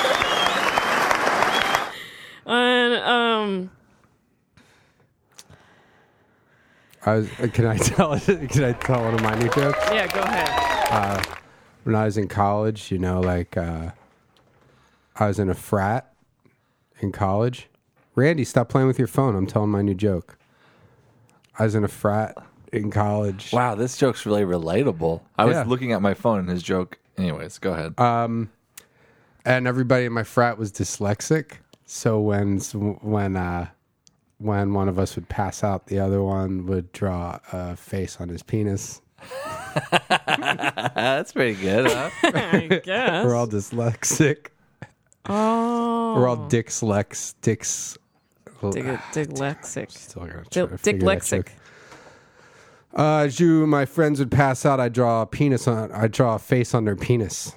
Speaker 2: And um,
Speaker 3: I was, uh, can I tell? Can I tell one of my new jokes?
Speaker 2: yeah, go ahead.
Speaker 3: Uh, when I was in college, you know, like uh, I was in a frat in college. Randy, stop playing with your phone. I'm telling my new joke. I was in a frat in college.
Speaker 1: Wow, this joke's really relatable. I was
Speaker 3: Yeah.
Speaker 1: looking at my phone and his joke. Anyways, go ahead.
Speaker 3: Um, and everybody in my frat was dyslexic. So when s- when uh, when one of us would pass out, the other one would draw a face on his penis.
Speaker 1: That's pretty good, huh?
Speaker 2: I guess.
Speaker 3: We're all dyslexic.
Speaker 2: Oh.
Speaker 3: We're all dyslex dicks.
Speaker 2: Dig- dyslexic.
Speaker 3: Still gonna try
Speaker 2: Dil-
Speaker 3: to figure that
Speaker 2: dyslexic.
Speaker 3: joke. Uh, as you, my friends would pass out. I draw a penis on. I draw a face on their penis.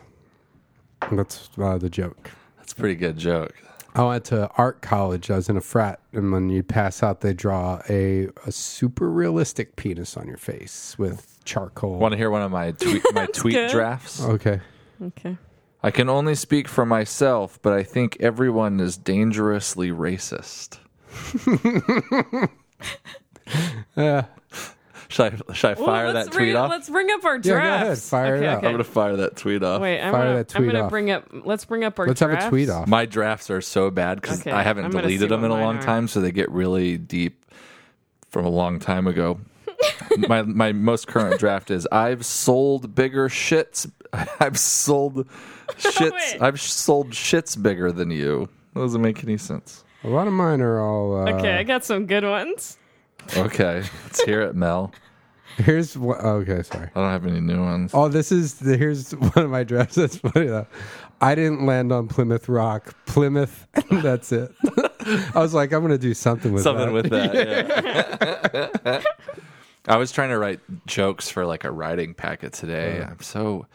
Speaker 3: That's uh, the joke.
Speaker 1: That's a pretty good joke.
Speaker 3: I went to art college. I was in a frat, and when you pass out, they draw a, a super realistic penis on your face with charcoal.
Speaker 1: Want to hear one of my tweet, my tweet
Speaker 2: good.
Speaker 1: drafts?
Speaker 3: Okay.
Speaker 2: Okay.
Speaker 1: I can only speak for myself, but I think everyone is dangerously racist.
Speaker 3: Yeah.
Speaker 1: Should I should I
Speaker 2: Well,
Speaker 1: fire
Speaker 2: let's
Speaker 1: that
Speaker 2: bring,
Speaker 1: tweet off?
Speaker 2: Let's bring up our drafts.
Speaker 3: Yeah, go ahead. Fire it
Speaker 2: okay,
Speaker 3: up.
Speaker 2: okay.
Speaker 1: I'm gonna fire that tweet off.
Speaker 2: Wait, I'm
Speaker 3: Fire
Speaker 2: gonna,
Speaker 3: that tweet
Speaker 2: I'm gonna
Speaker 3: off.
Speaker 2: bring up. Let's bring up our.
Speaker 3: Let's have a
Speaker 2: drafts.
Speaker 3: tweet off.
Speaker 1: My drafts are so bad because
Speaker 2: Okay,
Speaker 1: I
Speaker 2: I'm
Speaker 1: haven't
Speaker 2: gonna see
Speaker 1: deleted them
Speaker 2: what
Speaker 1: in a
Speaker 2: mine
Speaker 1: long
Speaker 2: are.
Speaker 1: time, so they get really deep from a long time ago. my my most current draft is I've sold bigger shits. I've sold shits. I've sold shits bigger than you. That doesn't make any sense.
Speaker 3: A lot of mine are all. Uh,
Speaker 2: Okay, I got some good ones.
Speaker 1: Okay, let's hear it, Mel.
Speaker 3: Here's what. Okay, sorry.
Speaker 1: I don't have any new ones.
Speaker 3: Oh, this is the, here's one of my drafts. That's funny though. I didn't land on Plymouth Rock, Plymouth. That's it. I was like, I'm gonna do something with
Speaker 1: Something
Speaker 3: that.
Speaker 1: with that. yeah. I was trying to write jokes for like a writing packet today. I'm so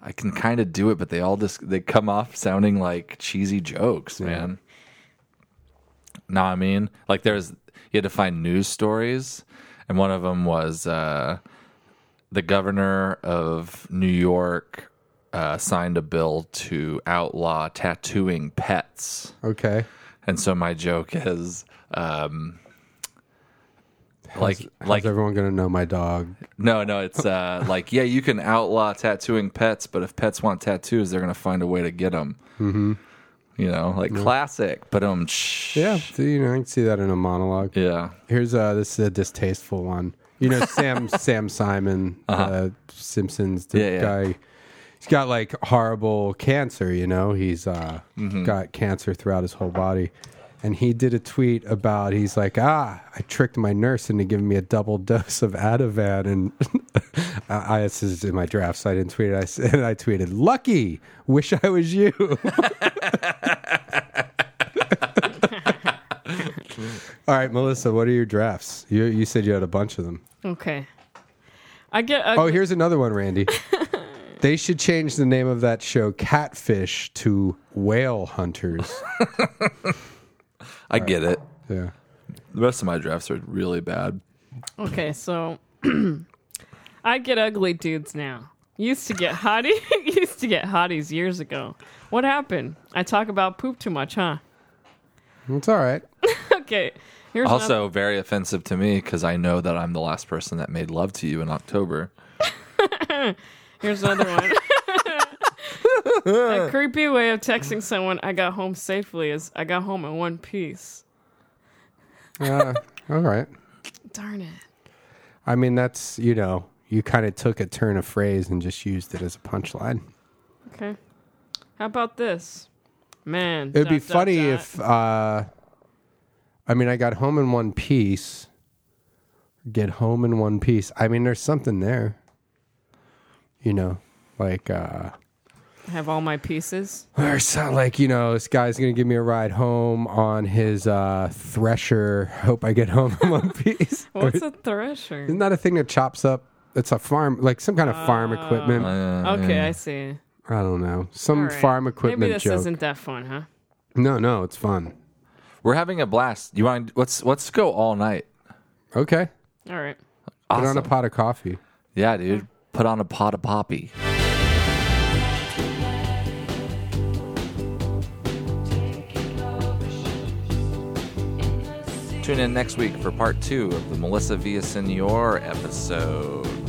Speaker 1: I can kind of do it, but they all just they come off sounding like cheesy jokes, man. No, I mean, like there's you had to find news stories, and one of them was uh, the governor of New York uh, signed a bill to outlaw tattooing pets.
Speaker 3: Okay.
Speaker 1: And so my joke is um
Speaker 3: Like,
Speaker 1: like like
Speaker 3: everyone gonna know my dog?
Speaker 1: no no it's uh like yeah you can outlaw tattooing pets but if pets want tattoos they're going to find a way to get them.
Speaker 3: Mm-hmm.
Speaker 1: You know, like
Speaker 3: Yeah.
Speaker 1: classic. But um,
Speaker 3: Yeah, so, you know, I can see that in a monologue.
Speaker 1: Yeah.
Speaker 3: Here's uh this is a distasteful one. You know, Sam Sam Simon, uh Simpsons the
Speaker 1: Uh-huh. Yeah, yeah.
Speaker 3: guy. He's got like horrible cancer. You know, he's uh
Speaker 1: Mhm.
Speaker 3: got cancer throughout his whole body. And he did a tweet about he's like, ah, I tricked my nurse into giving me a double dose of Ativan, and I, I this is in my draft, so I didn't tweet it. I said, and I tweeted, lucky, wish I was you. All right, Melissa, what are your drafts? You you said you had a bunch of them.
Speaker 2: Okay. I get.
Speaker 3: Oh, here's another one, Randy. they should change the name of that show, Catfish, to Whale Hunters.
Speaker 1: I get it.
Speaker 3: Yeah.
Speaker 1: The rest of my drafts are really bad.
Speaker 3: Oh.
Speaker 2: Okay, so I get ugly dudes now. Used to get hottie. used to get hotties years ago. What happened? I talk about poop too much, huh?
Speaker 3: It's all right.
Speaker 2: okay. Here's another-
Speaker 1: also, very offensive to me because I know that I'm the last person that made love to you in October.
Speaker 2: Here's another one. a creepy way of texting someone I got home safely is I got home in one piece.
Speaker 3: Uh, all right.
Speaker 2: Darn it.
Speaker 3: I mean, that's you know, you kind of took a turn of phrase and just used it as a punchline.
Speaker 2: Okay. How about this? Man.
Speaker 3: It'd be
Speaker 2: dot, dot,
Speaker 3: funny
Speaker 2: dot.
Speaker 3: if, uh, I mean, I got home in one piece. Get home in one piece. I mean, there's something there. You know, like uh,
Speaker 2: have all my pieces.
Speaker 3: or so, like you know, this guy's gonna give me a ride home on his uh, thresher. Hope I get home in one piece.
Speaker 2: What's a thresher?
Speaker 3: Isn't that a thing that chops up? It's a farm, like some kind of farm equipment.
Speaker 1: Uh.
Speaker 2: okay, I see.
Speaker 3: I don't know. Some
Speaker 2: All right.
Speaker 3: farm equipment
Speaker 2: Maybe this
Speaker 3: joke.
Speaker 2: isn't that fun, huh?
Speaker 3: No, no, it's fun.
Speaker 1: We're having a blast. You want? Let's let's go all night.
Speaker 3: Okay.
Speaker 2: All right.
Speaker 3: Put on a
Speaker 1: Awesome.
Speaker 3: pot of coffee.
Speaker 1: Yeah, dude. Put on a pot of poppy. Tune in next week for part two of the Melissa Villasenor episode.